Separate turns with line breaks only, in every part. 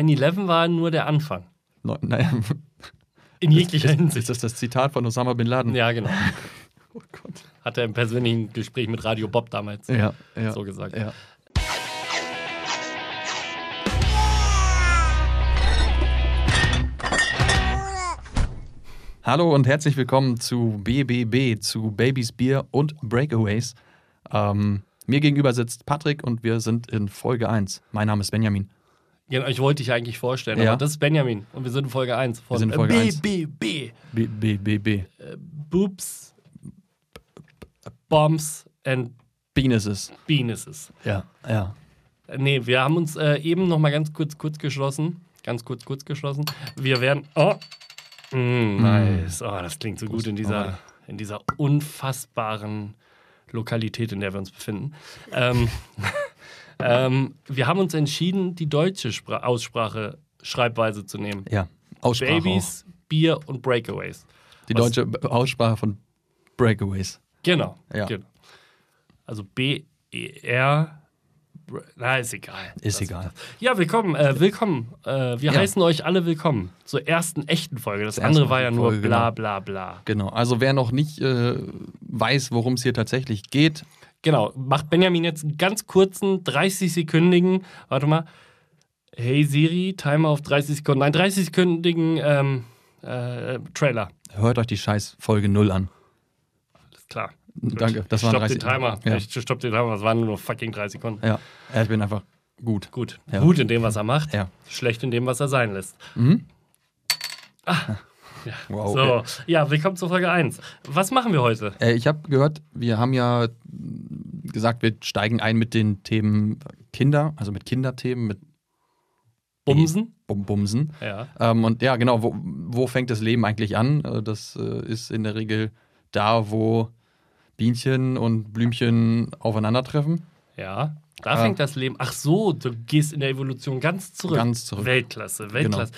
9-11 war nur der Anfang.
Neu- Naja,
In jeglicher
ist
Hinsicht.
das das Zitat von Osama Bin Laden?
Ja, genau.
Oh Gott.
Hat er im persönlichen Gespräch mit Radio Bob damals
Ja, ja.
so gesagt.
ja. Hallo und herzlich willkommen zu BBB, zu Babys Bier und Breakaways. Ähm, mir gegenüber sitzt Patrick und wir sind in Folge 1. Mein Name ist Benjamin.
Genau, ich wollte dich eigentlich vorstellen,
Ja.
aber das ist Benjamin und wir sind in Folge 1 von äh,
sind in Folge eins.
BBB.
BBB.
Boobs, Bombs and
Bean ist es.
Penises.
Ja, ja.
Äh, Nee, wir haben uns äh, eben noch mal ganz kurz kurz geschlossen. Ganz kurz kurz geschlossen. Wir werden. Oh! Mm, nice. Oh, das klingt so gut in dieser, in dieser unfassbaren Lokalität, in der wir uns befinden. Ähm, ähm, wir haben uns entschieden, die deutsche Spra Aussprache Schreibweise zu nehmen.
Ja. Aussprache.
Babys, Bier und Breakaways.
auch. Die
was-
deutsche B- Aussprache von Breakaways.
Genau.
Ja.
genau. Also B-E-R. Br- Na, ist egal.
Ist
Das-
egal.
Ja, willkommen, äh, willkommen. Äh, wir
Ja.
heißen euch alle willkommen zur ersten echten Folge. Das
Zur
andere
ersten
war ja
echten
nur
Folge,
bla
genau.
bla bla.
Genau. Also wer noch nicht äh, weiß, worum es hier tatsächlich geht,
Genau, macht Benjamin jetzt einen ganz kurzen, 30-sekündigen, warte mal, hey Siri, Timer auf 30 Sekunden, nein, 30-sekündigen ähm, äh, Trailer.
hört euch die scheiß Folge 0 an.
Alles klar.
Danke, das waren
Stopp
30
den Timer.
Ja.
Ich stopp den Timer, das waren nur fucking 30 Sekunden.
Ja. ja, Äh, ich bin einfach gut.
Gut.
Ja.
Gut in dem, was er macht,
Ja.
schlecht in dem, was er sein lässt.
Wow.
so, ja, willkommen zur Folge 1. Was machen wir heute?
Äh, ich habe gehört, wir haben ja mh, gesagt, wir steigen ein mit den Themen Kinder, also mit Kinderthemen, mit
Bumsen?
Bum Bumsen.
Ja.
Ähm, und ja, genau, wo, wo fängt das Leben eigentlich an? Äh, Das äh, ist in der Regel da, wo Bienchen und Blümchen aufeinandertreffen.
Ja, da
Ah.
fängt das Leben. Ach so, du gehst in der Evolution ganz zurück.
Ganz zurück. Genau.
Weltklasse, Weltklasse.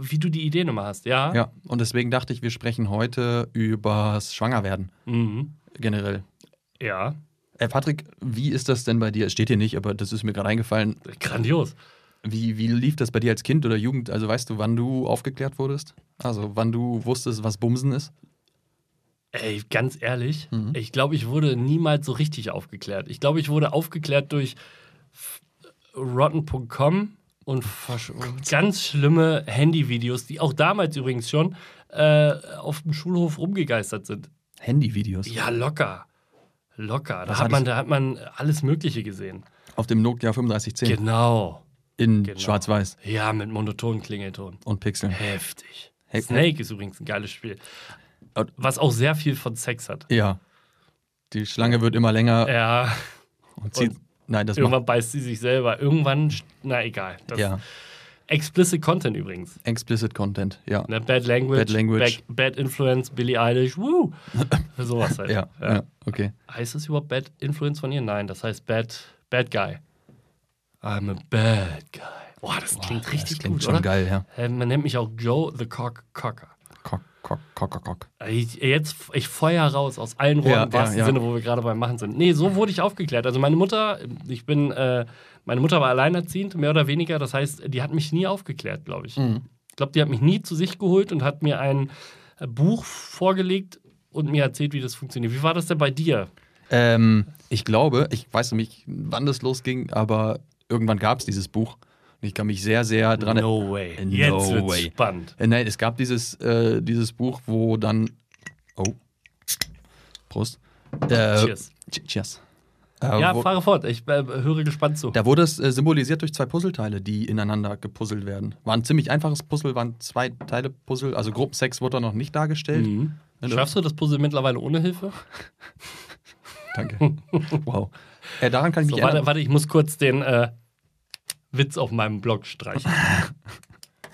Wie du die Idee nochmal hast, ja?
Ja, und deswegen dachte ich, wir sprechen heute übers Schwangerwerden
Mhm.
generell.
Ja,
Äh, Patrick, wie ist das denn bei dir? Es steht hier nicht, aber das ist mir gerade eingefallen.
grandios.
Wie, wie lief das bei dir als Kind oder Jugend? Also weißt du, wann du aufgeklärt wurdest? Also wann du wusstest, was Bumsen ist?
Ey, ganz ehrlich,
Mhm.
ich glaube, ich wurde niemals so richtig aufgeklärt. Ich glaube, ich wurde aufgeklärt durch F- rotten.com und
Oh
versch- ganz schlimme Handyvideos, die auch damals übrigens schon äh, auf dem Schulhof rumgegeistert sind.
Handyvideos.
Ja, locker. Locker. Da
Was
hat,
hat
man,
es-
da hat man alles Mögliche gesehen.
Auf dem Nokia 3510
Genau.
in
genau.
Schwarz-Weiß
Ja, mit monotonen Klingelton.
und Pixeln.
Heftig.
Hey-
Snake ist übrigens ein geiles Spiel.
Und-
Was auch sehr viel von Sex hat.
Ja. Die Schlange wird immer länger
Ja,
und zieht. Nein, das macht.
irgendwann beißt sie sich selber. Irgendwann, sch- na egal. Das
Ja.
Explicit Content übrigens.
Explicit Content. Ja.
Ne? Bad Language,
Bad Language.
Bad, Bad Influence, Billie Eilish, woo. Sowas halt.
Ja. ja. Okay.
Heißt es überhaupt Bad Influence von ihr? Nein, das heißt Bad, bad Guy. I'm a bad guy. Boah, das klingt richtig
Das klingt
gut,
schon
oder?
geil, ja.
Äh, Man nennt mich auch Joe the Cock Cocker.
Kock, kock, kock, kock, kock.
Ich, jetzt, ich feuer raus aus allen Rohren,
Ja,
im wahrsten
ja, ja.
Sinne, wo wir gerade beim Machen sind. Nee, so wurde ich aufgeklärt. Also meine Mutter, ich bin, äh, meine Mutter war alleinerziehend, mehr oder weniger. Das heißt, die hat mich nie aufgeklärt, glaube ich.
Mhm.
Ich glaube, die hat mich nie zu sich geholt und hat mir ein äh, Buch vorgelegt und mir erzählt, wie das funktioniert. Wie war das denn bei dir?
Ähm, ich glaube, ich weiß nämlich, wann das losging, aber irgendwann gab es dieses Buch. Und ich kann mich sehr, sehr dran
No way.
No
Jetzt wird's
way.
spannend.
Äh, nein, es gab dieses, äh, dieses Buch, wo dann. Oh. Prost. Äh,
Cheers.
che- Cheers. Äh,
Ja,
wo,
fahre fort. Ich äh, höre gespannt zu.
da wurde es äh, symbolisiert durch zwei Puzzleteile, die ineinander gepuzzelt werden. War ein ziemlich einfaches Puzzle, waren zwei Teile Puzzle. Also Gruppensex wurde da noch nicht dargestellt.
Mhm.
Wenn du-
Schaffst du das Puzzle mittlerweile ohne Hilfe?
Danke. wow. Äh, daran kann ich
So,
mich
warte,
erinnern.
warte, ich muss kurz den äh, Witz auf meinem Blog streichen.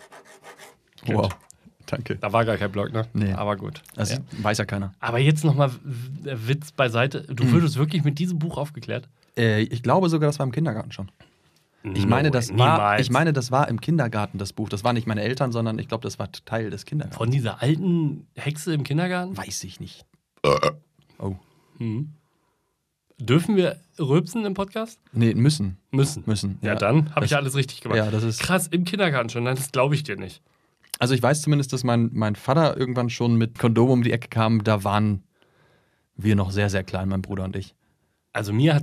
Wow. Danke.
Da war gar kein Blog, ne?
Nee. Also
Aber gut.
Das
ja.
weiß ja keiner.
Aber jetzt nochmal Witz beiseite. Du
Hm.
würdest wirklich mit diesem Buch aufgeklärt?
Äh, ich glaube sogar, das war im Kindergarten schon. Ich meine,
No
das
way,
war,
niemals.
ich meine, das war im Kindergarten das Buch. Das waren nicht meine Eltern, sondern ich glaube, das war Teil des Kindergartens.
Von dieser alten Hexe im Kindergarten?
Weiß ich nicht. Oh.
Hm. Dürfen wir rülpsen im Podcast?
Nee, müssen.
Müssen.
Müssen.
Ja, dann habe ich halt-
Das-
ja alles richtig gemacht.
Ja, das ist.
Krass, im Kindergarten schon, das glaube ich dir nicht.
Also ich weiß zumindest, dass mein, mein Vater irgendwann schon mit Kondom um die Ecke kam. Da waren wir noch sehr, sehr klein, mein Bruder und ich.
Also mir hat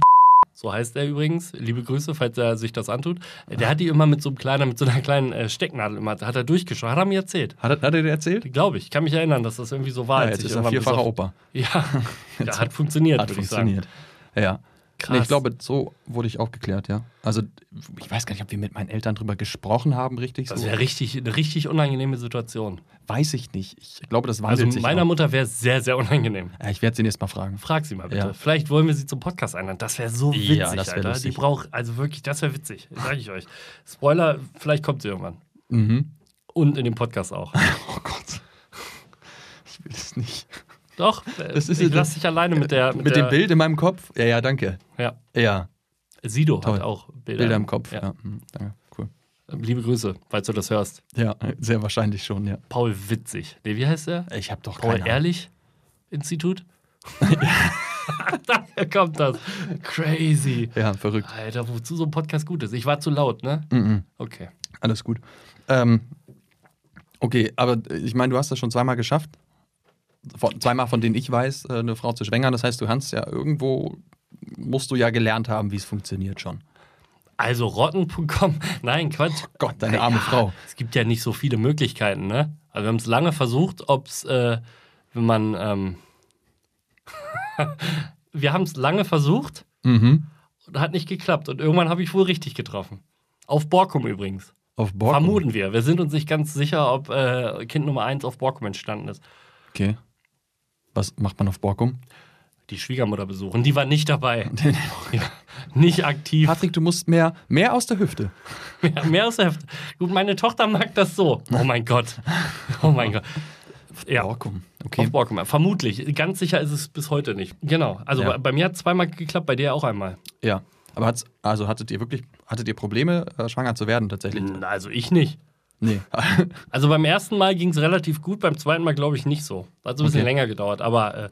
so heißt er übrigens, liebe Grüße, falls er sich das antut. Der hat die immer mit so einem kleinen, mit so einer kleinen äh, Stecknadel immer, hat er durchgeschaut, hat er mir erzählt.
Hat er, hat er dir erzählt?
Glaube ich, kann mich erinnern, dass das irgendwie so war.
Ja,
als
jetzt
ich
ist
irgendwann
er vierfacher
besoffen-
Opa.
Ja, ja hat funktioniert,
Hat
würde ich
funktioniert. Ja.
sagen.
Nee, ich glaube, so wurde ich aufgeklärt, ja. Also ich weiß gar nicht, ob wir mit meinen Eltern drüber gesprochen haben, richtig?
das
so.
wäre richtig, eine richtig unangenehme Situation.
Weiß ich nicht. Ich glaube, das
Also
wandelt sich.
meiner
auch.
Mutter wäre es sehr, sehr unangenehm.
Ja, Äh, ich werde sie nächstes Mal fragen.
Frag sie mal bitte.
Ja.
Vielleicht wollen wir sie zum Podcast einladen. Das wäre so witzig,
Ja, das wär
Alter.
lustig.
Die braucht, also wirklich, das wäre witzig, sage ich euch. Spoiler, vielleicht kommt sie irgendwann.
Mhm.
Und in dem Podcast auch.
Oh Gott. Ich will das nicht.
Doch,
Das
das
ist-
ich lasse dich alleine mit der.
Mit,
der,
dem Bild in meinem Kopf? Ja, ja, danke.
Ja.
Ja,
Sido
Toll.
hat auch Bilder,
Bilder im Kopf. Ja.
Ja.
mhm, Danke. Cool.
Liebe Grüße, falls du das hörst.
Ja, sehr wahrscheinlich schon, ja.
Paul Witzig. Nee, wie heißt er?
Ich habe doch
Paul
keine
Ehrlich Institut? Daher kommt das. Crazy.
Ahnung. Ja, verrückt.
Alter, wozu so ein Podcast gut ist. Ich war zu laut, ne?
Mhm.
Okay.
Alles gut. Ähm, okay, aber ich meine, du hast das schon zweimal geschafft. Von, zweimal, von denen ich weiß, äh, eine Frau zu schwängern. Das heißt, du kannst ja irgendwo, musst du ja gelernt haben, wie es funktioniert schon.
Also rotten.com. Nein, Quatsch.
Gott, deine arme Frau.
Es gibt ja nicht so viele Möglichkeiten, ne? Also wir haben es lange versucht, ob es, äh, wenn man, ähm, wir haben es lange versucht
Mhm.
und hat nicht geklappt. Und irgendwann habe ich wohl richtig getroffen. Auf Borkum übrigens.
Auf Borkum.
Vermuten wir. Wir sind uns nicht ganz sicher, ob äh, Kind Nummer 1 auf Borkum entstanden ist.
Okay. Was macht man auf Borkum?
Die Schwiegermutter besuchen. Die war nicht dabei. Ja, nicht aktiv.
Patrick, du musst mehr, mehr aus der Hüfte.
Mehr, mehr aus der Hälfte. Gut, meine Tochter mag das so. Oh mein Gott. Oh mein Gott. Ja.
Borkum. Okay.
Auf Borkum. Vermutlich. Ganz sicher ist es bis heute nicht. Genau. Also
Ja.
bei, bei mir hat es zweimal geklappt, bei dir auch einmal.
Ja. Aber hat's, also hattet ihr wirklich, hattet ihr Probleme, äh, schwanger zu werden tatsächlich?
Also ich nicht.
Nee.
Also beim ersten Mal ging es relativ gut, beim zweiten Mal glaube ich nicht so. Hat so ein bisschen
Okay.
länger gedauert, aber äh,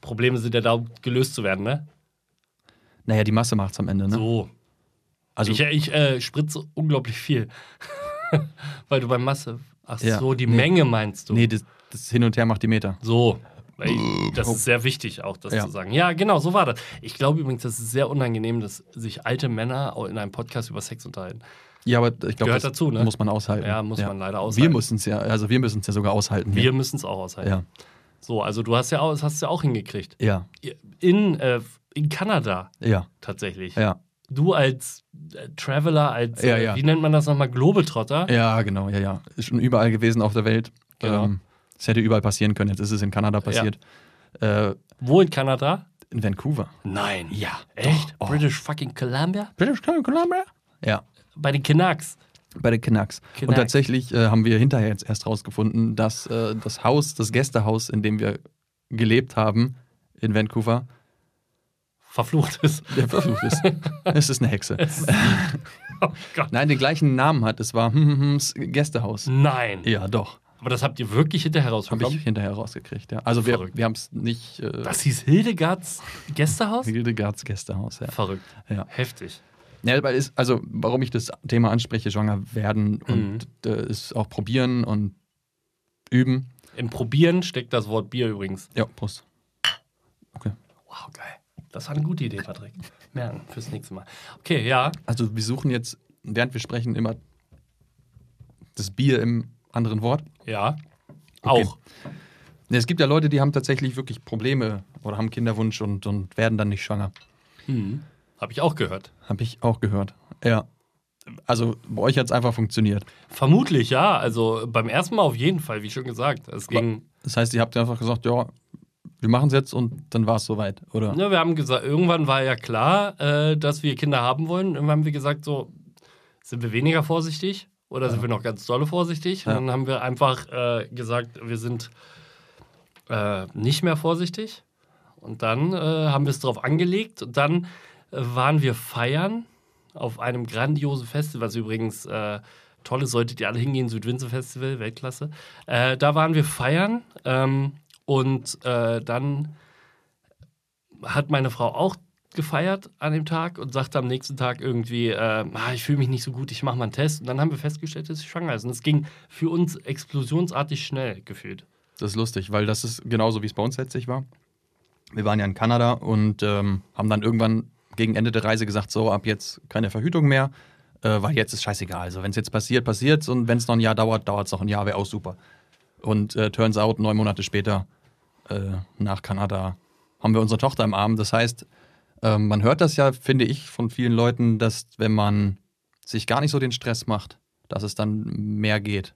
Probleme sind ja da, um gelöst zu werden, ne?
naja, die Masse macht's am Ende, ne?
So.
Also,
ich ich äh, spritze unglaublich viel. Weil du bei Masse. Ach
Ja.
so, die
Nee.
Menge meinst du.
nee, das, das Hin und Her macht die Meter.
So. Weil ich- Das ist sehr wichtig, auch das
oh. Ja.
zu sagen. Ja, genau, so war das. Ich glaube übrigens, das ist sehr unangenehm, dass sich alte Männer auch in einem Podcast über Sex unterhalten.
Ja, aber ich glaube,
Gehört
das
dazu, ne?
muss man aushalten.
Ja, muss man leider aushalten.
Wir müssen es ja, also wir müssen es ja sogar aushalten.
Wir
hier.
müssen es auch aushalten.
ja,
So, also du hast ja auch, das hast du ja auch hingekriegt.
ja,
In, äh, in Kanada
ja,
tatsächlich.
ja,
Du als äh, Traveler, als,
Ja,
äh,
ja.
wie nennt man das nochmal, Globetrotter?
ja, genau, ja, ja. Ist schon überall gewesen auf der Welt.
Genau.
Ähm, Es hätte überall passieren können. Jetzt ist es in Kanada passiert. Äh,
Wo in Kanada?
in Vancouver.
Nein.
Ja,
Echt?
doch. Oh.
British fucking Columbia?
British Columbia? Ja,
Bei den Canucks.
bei den Canucks.
Canucks.
Und tatsächlich äh, haben wir hinterher jetzt erst rausgefunden, dass äh, das Haus, das Gästehaus, in dem wir gelebt haben in Vancouver,
Verflucht ist.
der verflucht ist. es ist eine Hexe.
Oh Gott.
Nein, den gleichen Namen hat. Es war hm, hm, hm, das Gästehaus.
Nein.
Ja, doch.
Aber das habt ihr wirklich hinterher
Habe ich
rausbekommen?
hinterher rausgekriegt, ja. Also wir,
Verrückt.
wir haben es nicht. Äh,
Das hieß Hildegards Gästehaus?
Hildegards Gästehaus, ja.
Verrückt.
Ja.
Heftig.
ja weil ist, also, warum ich das Thema anspreche, schwanger werden und äh, es auch probieren und üben.
Im Probieren steckt das Wort Bier übrigens.
Ja, Prost. Okay.
Wow, geil. Das war eine gute Idee, Patrick. Merken fürs nächste Mal. Okay, ja.
Also, wir suchen jetzt, während wir sprechen, immer das Bier im anderen Wort.
Ja.
Okay.
Auch.
Ja, Es gibt ja Leute, die haben tatsächlich wirklich Probleme oder haben Kinderwunsch und, und werden dann nicht schwanger.
Hm. Habe ich auch gehört.
Habe ich auch gehört. Ja. Also bei euch hat es einfach funktioniert.
Vermutlich, ja. Also beim ersten Mal auf jeden Fall, wie schon gesagt. Es ging.
Das heißt, ihr habt einfach gesagt, ja, wir machen es jetzt und dann war es soweit, oder?
Ne, wir haben gesagt, irgendwann war ja klar, äh, dass wir Kinder haben wollen. Irgendwann haben wir gesagt, so, sind wir weniger vorsichtig oder sind wir noch ganz dolle vorsichtig?
Ja.
Und dann haben wir einfach äh, gesagt, wir sind äh, nicht mehr vorsichtig. Und dann äh, haben wir es drauf angelegt und dann äh, waren wir feiern auf einem grandiosen Festival, was übrigens äh, toll ist, solltet ihr alle hingehen, Südwinzer Festival, Weltklasse. Äh, da waren wir feiern ähm, und äh, dann hat meine Frau auch gefeiert an dem Tag und sagte am nächsten Tag irgendwie, äh, ah, ich fühle mich nicht so gut, ich mache mal einen Test. Und dann haben wir festgestellt, dass sie schwanger ist. Und es ging für uns explosionsartig schnell gefühlt.
Das ist lustig, weil das ist genauso, wie es bei uns letztlich war. Wir waren ja in Kanada und ähm, haben dann irgendwann gegen Ende der Reise gesagt, so ab jetzt keine Verhütung mehr, äh, weil jetzt ist scheißegal. Also wenn es jetzt passiert, passiert's und wenn es noch ein Jahr dauert, dauert es noch ein Jahr, wäre auch super. Und äh, turns out, neun Monate später äh, nach Kanada haben wir unsere Tochter im Arm. Das heißt, ähm, man hört das ja, finde ich, von vielen Leuten, dass wenn man sich gar nicht so den Stress macht, dass es dann mehr geht.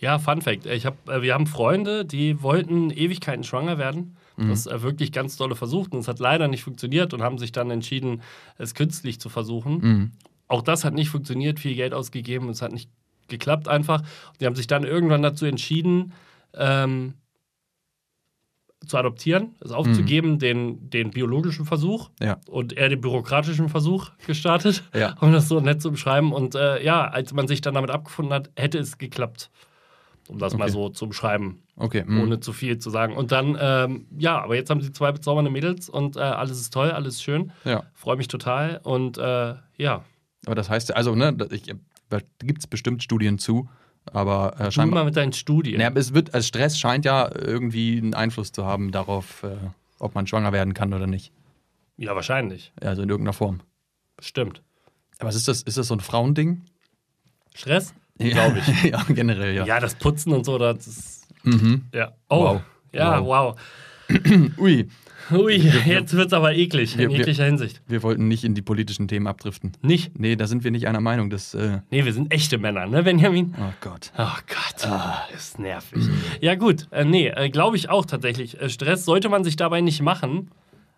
Ja, Fun Fact. Ich hab, äh, wir haben Freunde, die wollten Ewigkeiten schwanger werden.
Mhm.
Das äh, wirklich ganz dolle versucht und es hat leider nicht funktioniert und haben sich dann entschieden, es künstlich zu versuchen.
Mhm.
Auch das hat nicht funktioniert, viel Geld ausgegeben und es hat nicht geklappt einfach. Und die haben sich dann irgendwann dazu entschieden, ähm, zu adoptieren, es aufzugeben, den, den biologischen Versuch
Mhm. Ja.
und eher den bürokratischen Versuch gestartet,
Ja.
um das so nett zu beschreiben. Und äh, ja, als man sich dann damit abgefunden hat, hätte es geklappt. Um das mal
Okay.
so zu beschreiben
Okay. mhm.
ohne zu viel zu sagen. Und dann, ähm, ja, aber jetzt haben sie zwei bezaubernde Mädels und äh, alles ist toll, alles ist schön.
Ja.
Freue mich total und äh, ja,
Aber das heißt, ja- also, ne, da- ich, da gibt es bestimmt Studien zu, aber äh,
tu mal
scheinbar.
mit deinen Studien.
Ne, es wird, also Stress scheint ja irgendwie einen Einfluss zu haben darauf, äh, ob man schwanger werden kann oder nicht.
Ja, wahrscheinlich.
Also in irgendeiner Form.
Bestimmt.
Aber ist das, ist das so ein Frauending?
Stress?
Glaube ich. ja, generell, ja.
Ja. das Putzen und so, das ist.
Mhm.
Ja. Oh.
Wow.
Ja, wow.
Ui,
Ui, jetzt wird's aber eklig, in
wir- wir-
jeglicher Hinsicht.
wir wollten nicht in die politischen Themen abdriften.
Nicht?
Nee, da sind wir nicht einer Meinung. Das, äh,
Nee, wir sind echte Männer, ne, Benjamin?
oh Gott.
Oh Gott,
Ah.
ist nervig. Ja gut, äh, nee, äh, glaube ich auch tatsächlich. Äh, Stress sollte man sich dabei nicht machen.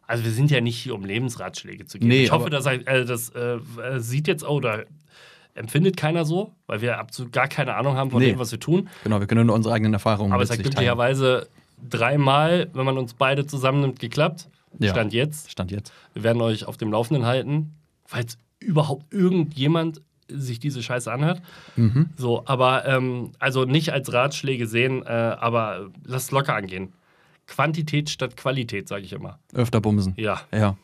Also wir sind ja nicht hier, um Lebensratschläge zu geben.
Nee,
ich hoffe,
aber-
dass, äh, das äh, äh, sieht jetzt oder empfindet keiner so, weil wir absolut gar keine Ahnung haben von
Nee.
dem, was wir tun.
Genau, wir können nur unsere eigenen Erfahrungen
Aber es hat
letztlich teilen.
glücklicherweise dreimal, wenn man uns beide zusammennimmt, geklappt.
Ja.
Stand jetzt.
Stand jetzt.
Wir werden euch auf dem Laufenden halten, falls überhaupt irgendjemand sich diese Scheiße anhört.
Mhm.
So, aber ähm, also nicht als Ratschläge sehen, äh, aber lass locker angehen. Quantität statt Qualität, sage ich immer.
Öfter bumsen.
Ja,
Ja.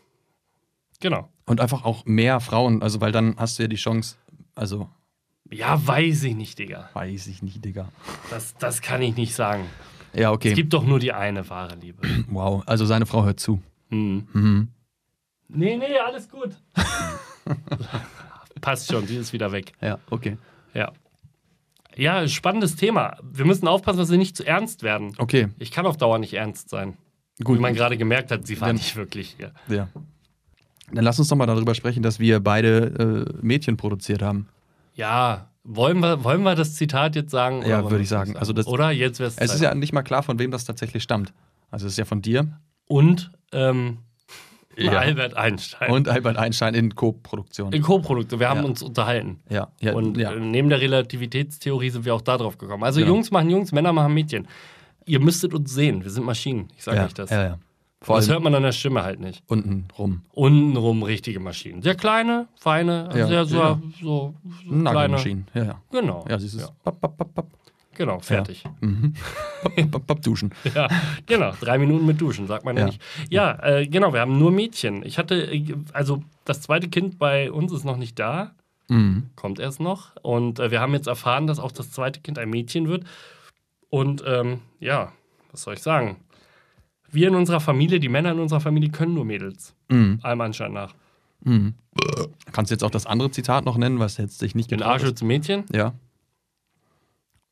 genau.
Und einfach auch mehr Frauen, also weil dann hast du ja die Chance, also
Ja, weiß ich nicht, Digga.
weiß ich nicht, Digga.
Das, das kann ich nicht sagen.
Ja,
Es
okay.
gibt doch nur die eine wahre Liebe.
Wow, also seine Frau hört zu.
Hm.
Mhm.
Nee, nee, alles gut. Passt schon, die ist wieder weg.
Ja, okay.
Ja. Ja, spannendes Thema. Wir müssen aufpassen, dass wir nicht zu ernst werden.
Okay,
Ich kann auf Dauer nicht ernst sein.
gut.
Wie man gerade gemerkt hat, sie war
Dann-
nicht wirklich hier.
ja. Dann lass uns doch mal darüber sprechen, dass wir beide äh, Mädchen produziert haben.
Ja, wollen wir, wollen wir das Zitat jetzt sagen?
Ja,
wollen wir
würde
es
ich sagen.
nicht
Also das-
oder jetzt wäre
Es ist ja nicht mal klar, von wem das tatsächlich stammt. Also es ist ja von dir
Und ähm,
Ja.
Albert Einstein.
und Albert Einstein in Co-Produktion.
in Co-Produkte, wir haben
Ja.
uns unterhalten.
Ja, ja,
und
ja.
äh, neben der Relativitätstheorie sind wir auch da drauf gekommen. Also
Genau.
Jungs machen Jungs, Männer machen Mädchen. Ihr müsstet uns sehen, wir sind Maschinen. Ich sage
ja,
euch das.
Ja, ja. Vor
Das
allem
hört man an der Stimme halt nicht.
unten rum.
Untenrum richtige Maschinen. Sehr kleine, feine,
Ja,
sehr, sehr
ja.
so, so kleine.
Nagelmaschinen. Ja, ja.
Genau.
Ja, siehst du es.
Ja,
Papp, papp, papp, papp.
genau, fertig.
Mhm. papp, papp, papp, papp, duschen.
Ja, genau. Drei Minuten mit Duschen, sagt man ja,
Ja.
nicht. Ja, äh, genau, wir haben nur Mädchen. Ich hatte, äh, also das zweite Kind bei uns ist noch nicht da,
Mhm.
kommt erst noch. Und äh, wir haben jetzt erfahren, dass auch das zweite Kind ein Mädchen wird. Und ähm, ja, was soll ich sagen? Wir in unserer Familie, die Männer in unserer Familie können nur Mädels,
Mhm.
allem Anschein nach.
Mhm. Kannst du jetzt auch das andere Zitat noch nennen, was jetzt dich nicht
Den
getraut
Arsch
ist?
zum Mädchen?
Ja.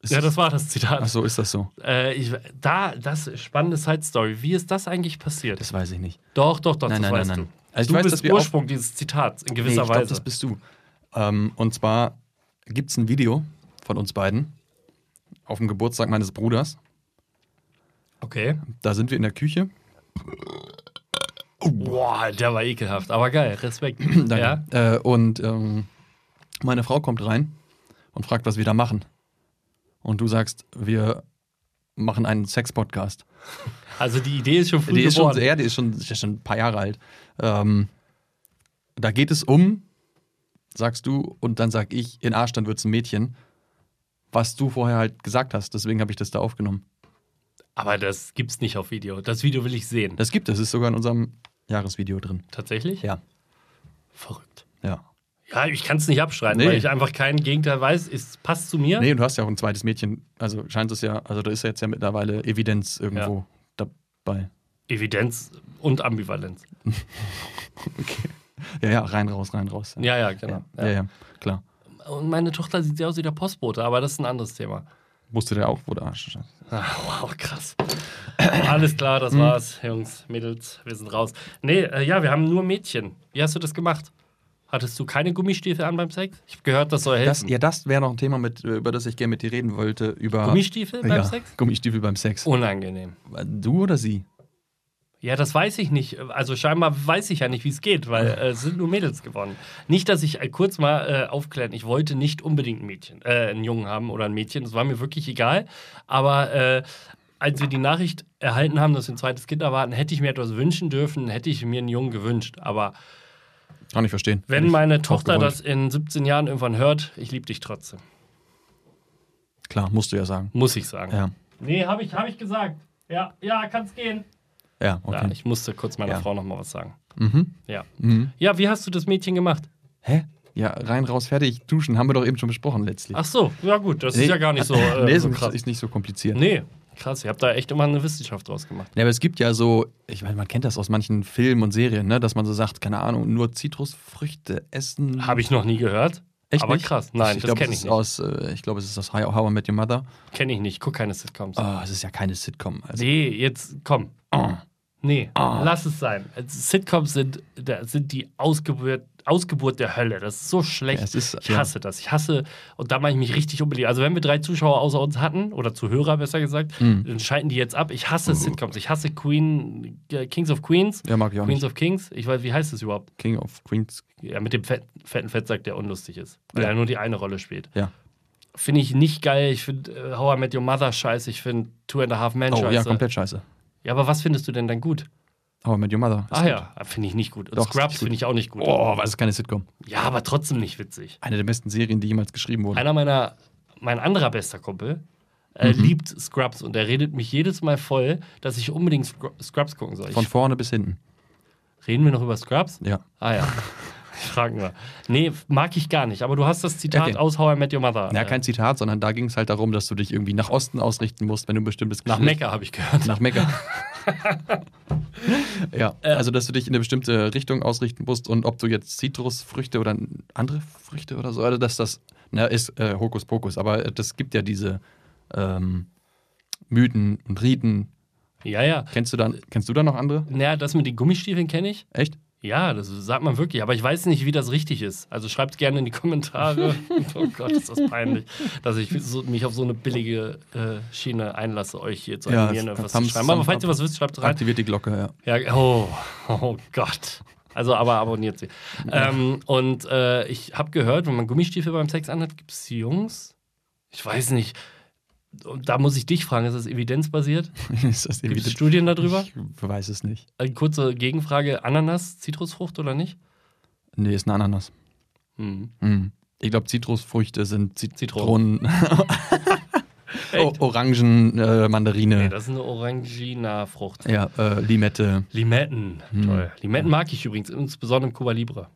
Ist
Ja, das war das Zitat.
Ach so, ist das so?
Äh, ich, da, das ist spannende Side-Story. Wie ist das eigentlich passiert?
Das weiß ich nicht.
doch, doch, doch,
Nein,
das
nein,
weißt
nein, nein.
du.
Also ich
du
weiß,
bist
dass wir auch-
Ursprung dieses Zitats in gewisser
ich
Weise.
Glaub, das bist du. Ähm, und zwar gibt es ein Video von uns beiden auf dem Geburtstag meines Bruders.
Okay.
Da sind wir in der Küche.
Boah, der war ekelhaft, aber geil, Respekt. ja?
Danke. Äh, und ähm, meine Frau kommt rein und fragt, was wir da machen. Und du sagst, wir machen einen Sex-Podcast.
Also die Idee ist schon früh
Die ist schon,
geboren.
ja, die ist schon, ist ja schon ein paar Jahre alt. Ähm, da geht es um, sagst du, und dann sag ich, in Arsch, dann wird's ein Mädchen. Was du vorher halt gesagt hast, deswegen habe ich das da aufgenommen.
aber das gibt's nicht auf Video. Das Video will ich sehen.
Das gibt es, ist sogar in unserem Jahresvideo drin.
Tatsächlich?
Ja.
Verrückt.
Ja.
Ja, ich kann es nicht abschreiten,
Nee.
weil ich einfach kein Gegenteil weiß. Es passt zu mir.
Nee, und du hast ja auch ein zweites Mädchen. Also scheint es ja, also da ist ja jetzt ja mittlerweile Evidenz irgendwo dabei.
Evidenz und Ambivalenz.
Ja, ja, rein, raus, rein, raus.
Ja, ja, genau.
ja, ja, ja klar.
Und meine Tochter sieht ja aus wie der Postbote, aber das ist ein anderes Thema.
Wusste der auch, wo der Arsch ist.
Ah, wow, krass. Alles klar, das war's, Jungs, Mädels, wir sind raus. Nee, äh, ja, wir haben nur Mädchen. Wie hast du das gemacht? Hattest du keine Gummistiefel an beim Sex? Ich habe gehört, das soll helfen.
Das, ja, das wäre noch ein Thema, mit, äh, über das ich gerne mit dir reden wollte. Über
Gummistiefel beim
Äh, ja,
Sex?
Gummistiefel beim Sex. Oh,
Unangenehm.
Du oder sie?
Ja, das weiß ich nicht. Also scheinbar weiß ich ja nicht, wie es geht, weil äh, es sind nur Mädels gewonnen. Nicht, dass ich äh, kurz mal äh, aufklären, ich wollte nicht unbedingt ein Mädchen, äh, einen Jungen haben oder ein Mädchen. Das war mir wirklich egal. Aber äh, als wir die Nachricht erhalten haben, dass wir ein zweites Kind erwarten, hätte ich mir etwas wünschen dürfen, hätte ich mir einen Jungen gewünscht. Aber
Kann ich verstehen.
wenn
ich
meine
auch
Tochter
gewollt.
das in 17 Jahren irgendwann hört, ich liebe dich trotzdem.
Klar, musst du ja sagen.
Muss ich sagen.
Ja,
Nee, habe ich, hab ich gesagt. Ja, ja, kann's gehen.
ja, okay.
Ja, ich musste kurz meiner
Ja.
Frau noch mal was sagen.
mhm.
Ja.
Mhm.
Ja, wie hast du das Mädchen gemacht?
Hä? Ja, rein, raus, fertig, duschen, haben wir doch eben schon besprochen letztlich.
Ach so, ja gut, das
Nee.
ist ja gar nicht so, äh,
nee, ist
so
nicht-
krass.
ist nicht so kompliziert.
Nee, krass, ihr habt da echt immer eine Wissenschaft draus gemacht.
Ja, aber es gibt ja so, ich meine, man kennt das aus manchen Filmen und Serien, ne, dass man so sagt, keine Ahnung, nur Zitrusfrüchte essen.
Habe ich noch nie gehört. aber krass, nein, das
glaub,
kenne
es
ich
ist
nicht.
Aus, äh, ich glaube, es ist aus How How I Met Your Mother.
Kenne ich nicht, guck keine Sitcoms.
Ah, es ist ja keine Sitcom. Also,
Nee, jetzt komm.
ah.
Nee,
Ah.
lass es sein. Also, Sitcoms sind, da- sind die Ausgeburt, Ausgeburt der Hölle. Das ist so schlecht.
Ja, es ist-
ich
ja.
hasse das. Ich hasse, und da mache ich mich richtig unbeliebt. Also, wenn wir drei Zuschauer außer uns hatten, oder Zuhörer besser gesagt,
Hm.
dann schalten die jetzt ab. Ich hasse Sitcoms. Ich hasse Queen, äh, Kings of Queens.
Mhm. Ja, mag ich auch
Queens
nicht.
of Kings. Ich weiß, wie heißt es überhaupt?
King of Queens.
Ja, mit dem fetten, fetten Fettsack, der unlustig ist. Weil
Ja.
er nur die eine Rolle spielt.
Ja.
Finde ich nicht geil. Ich finde äh, How I Met Your Mother scheiße. Ich finde Two and a Half Men
Oh,
scheiße.
ja, komplett scheiße.
ja, aber was findest du denn dann gut?
How I Met Your Mother.
Ah ja, finde ich nicht gut. Und
Doch, ist
Scrubs
nicht gut.
finde ich auch nicht gut.
Oh, was ist keine Sitcom?
Ja, aber trotzdem nicht witzig.
Eine der besten Serien, die jemals geschrieben wurde.
Einer meiner, mein anderer bester Kumpel, äh,
Mhm.
liebt Scrubs und er redet mich jedes Mal voll, dass ich unbedingt Scru- Scrubs gucken soll.
Von
Ich,
vorne bis hinten.
reden wir noch über Scrubs?
Ja.
Ah ja. Ich frage nur. Nee, mag ich gar nicht. Aber du hast das Zitat
Okay.
aus How I Met Your Mother.
Ja,
äh,
kein Zitat, sondern da ging es halt darum, dass du dich irgendwie nach Osten ausrichten musst, wenn du ein bestimmtes
Nach
Geschlecht-
Mekka habe ich gehört.
Nach Mekka. ja,
Äh.
also dass du dich in eine bestimmte Richtung ausrichten musst und ob du jetzt Zitrusfrüchte oder andere Früchte oder so, also dass das na, ist äh, Hokuspokus, aber äh, das gibt ja diese ähm, Mythen und Riten.
Ja, ja.
Kennst du dann kennst du da noch andere?
Naja, das mit den Gummistiefeln kenne ich.
Echt?
Ja, das sagt man wirklich. Aber ich weiß nicht, wie das richtig ist. Also schreibt gerne in die Kommentare. oh Gott, ist das peinlich, dass ich so, mich auf so eine billige äh, Schiene einlasse, euch hier zu
Ja,
animieren,
es-
irgendwas zu
Thumbs-
schreiben. Aber
Thumbs
falls ihr
up.
was wisst, schreibt rein.
Aktiviert die Glocke, ja.
Ja, oh, oh Gott. Also, aber abonniert sie. Ähm, und äh, ich habe gehört, wenn man Gummistiefel beim Sex anhat, gibt es Jungs? Ich weiß nicht. Und da muss ich dich fragen, ist das evidenzbasiert?
ist das
Gibt es
irgendwie-
Studien darüber?
Ich weiß es nicht.
Eine kurze Gegenfrage: Ananas, Zitrusfrucht oder nicht?
Nee, ist eine Ananas.
Hm.
Hm. Ich glaube, Zitrusfrüchte sind Zit-
Zitronen.
Zitronen. O- Orangen, äh,
Nee,
Mandarine,
das ist eine Orangina-Frucht.
ja, äh, Limette.
Limetten. Toll. Limetten mag ich übrigens, insbesondere im Cuba Libre.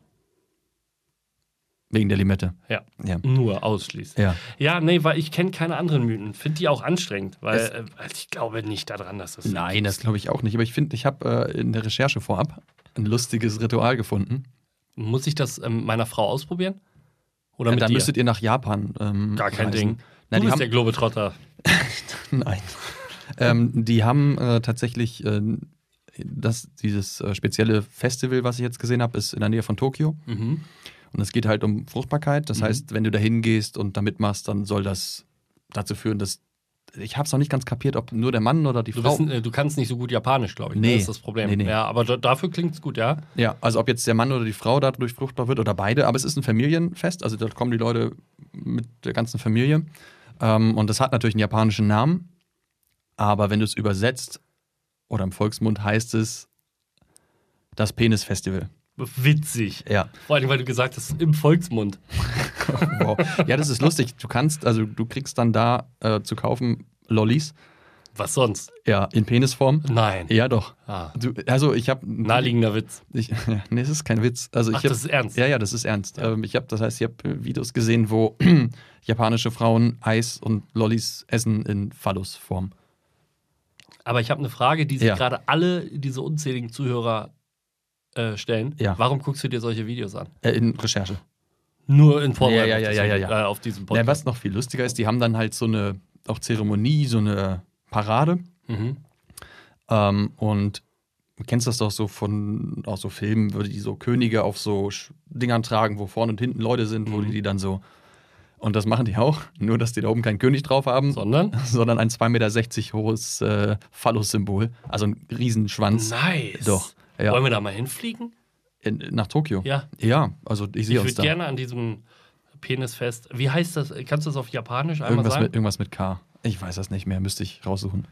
Wegen der Limette.
Ja.
Ja.
Nur ausschließlich.
Ja.
Ja, nee, weil ich kenne keine anderen Mythen. Finde die auch anstrengend, weil
Es-
äh, also ich glaube nicht daran, dass das.
Nein, das glaube ich auch nicht. Aber ich finde, ich habe äh, in der Recherche vorab ein lustiges Ritual gefunden.
Muss ich das ähm, meiner Frau ausprobieren? Oder
Ja,
mit
dann
dir?
müsstet ihr nach Japan. Ähm,
Gar kein
reisen.
Ding.
Na,
du
die
bist
haben,
der Globetrotter.
nein. ähm, die haben äh, tatsächlich äh, das, dieses äh, spezielle Festival, was ich jetzt gesehen habe, ist in der Nähe von Tokio.
Mhm.
Und es geht halt um Fruchtbarkeit. Das
Mhm.
heißt, wenn du da hingehst und da mitmachst, dann soll das dazu führen, dass. Ich habe es noch nicht ganz kapiert, ob nur der Mann oder die
Du,
Frau.
bist, äh, du kannst nicht so gut Japanisch, glaube ich. ne?
Nee.
Das ist das Problem.
Nee, nee.
Ja, aber da- dafür klingt es gut, ja?
Ja, also ob jetzt der Mann oder die Frau dadurch fruchtbar wird oder beide, aber es ist ein Familienfest, also dort kommen die Leute mit der ganzen Familie. Ähm, und das hat natürlich einen japanischen Namen, aber wenn du es übersetzt oder im Volksmund heißt es das Penisfestival.
Witzig.
Ja.
Vor allem, weil du gesagt hast, im Volksmund.
Wow. ja, das ist lustig. Du kannst, also du kriegst dann da äh, zu kaufen Lollis
Was sonst?
Ja, in Penisform?
Nein.
Ja, doch.
Ah,
Du, also ich habe
naheliegender Witz.
Ich, ja, nee, es ist kein Witz. Also
Ach,
ich hab,
das ist ernst.
Ja, ja, das ist ernst. Ähm, ich habe, das heißt, ich habe Videos gesehen, wo japanische Frauen Eis und Lollis essen in Phallusform.
Aber ich habe eine Frage, die sich
Ja.
gerade alle diese unzähligen Zuhörer äh, stellen.
Ja.
Warum guckst du dir solche Videos an?
Äh, in Recherche.
Nur in Vorbereitung
Ja, ja, ja, ja, ja, ja.
Äh, auf diesem
Ja,
Podcast.
was noch viel lustiger ist, die haben dann halt so eine auch Zeremonie, so eine Parade.
mhm.
Ähm, und du kennst das doch so von aus so Filmen, würde die so Könige auf so Sch- Dingern tragen, wo vorne und hinten Leute sind, wo
Mhm.
die die dann so. Und das machen die auch, nur dass die da oben keinen König drauf haben,
Sondern?
sondern ein 2,60 Meter hohes äh, Phallus-Symbol. Also ein Riesenschwanz.
Nice.
Doch. Ja.
Wollen wir da mal hinfliegen?
In, nach Tokio.
Ja.
Ja, also ich
Ich
sehe uns
würde
da.
gerne an diesem Penisfest. Wie heißt das? Kannst du das auf Japanisch einmal
Irgendwas
sagen?
mit, irgendwas mit K. Ich weiß das nicht mehr, müsste ich raussuchen.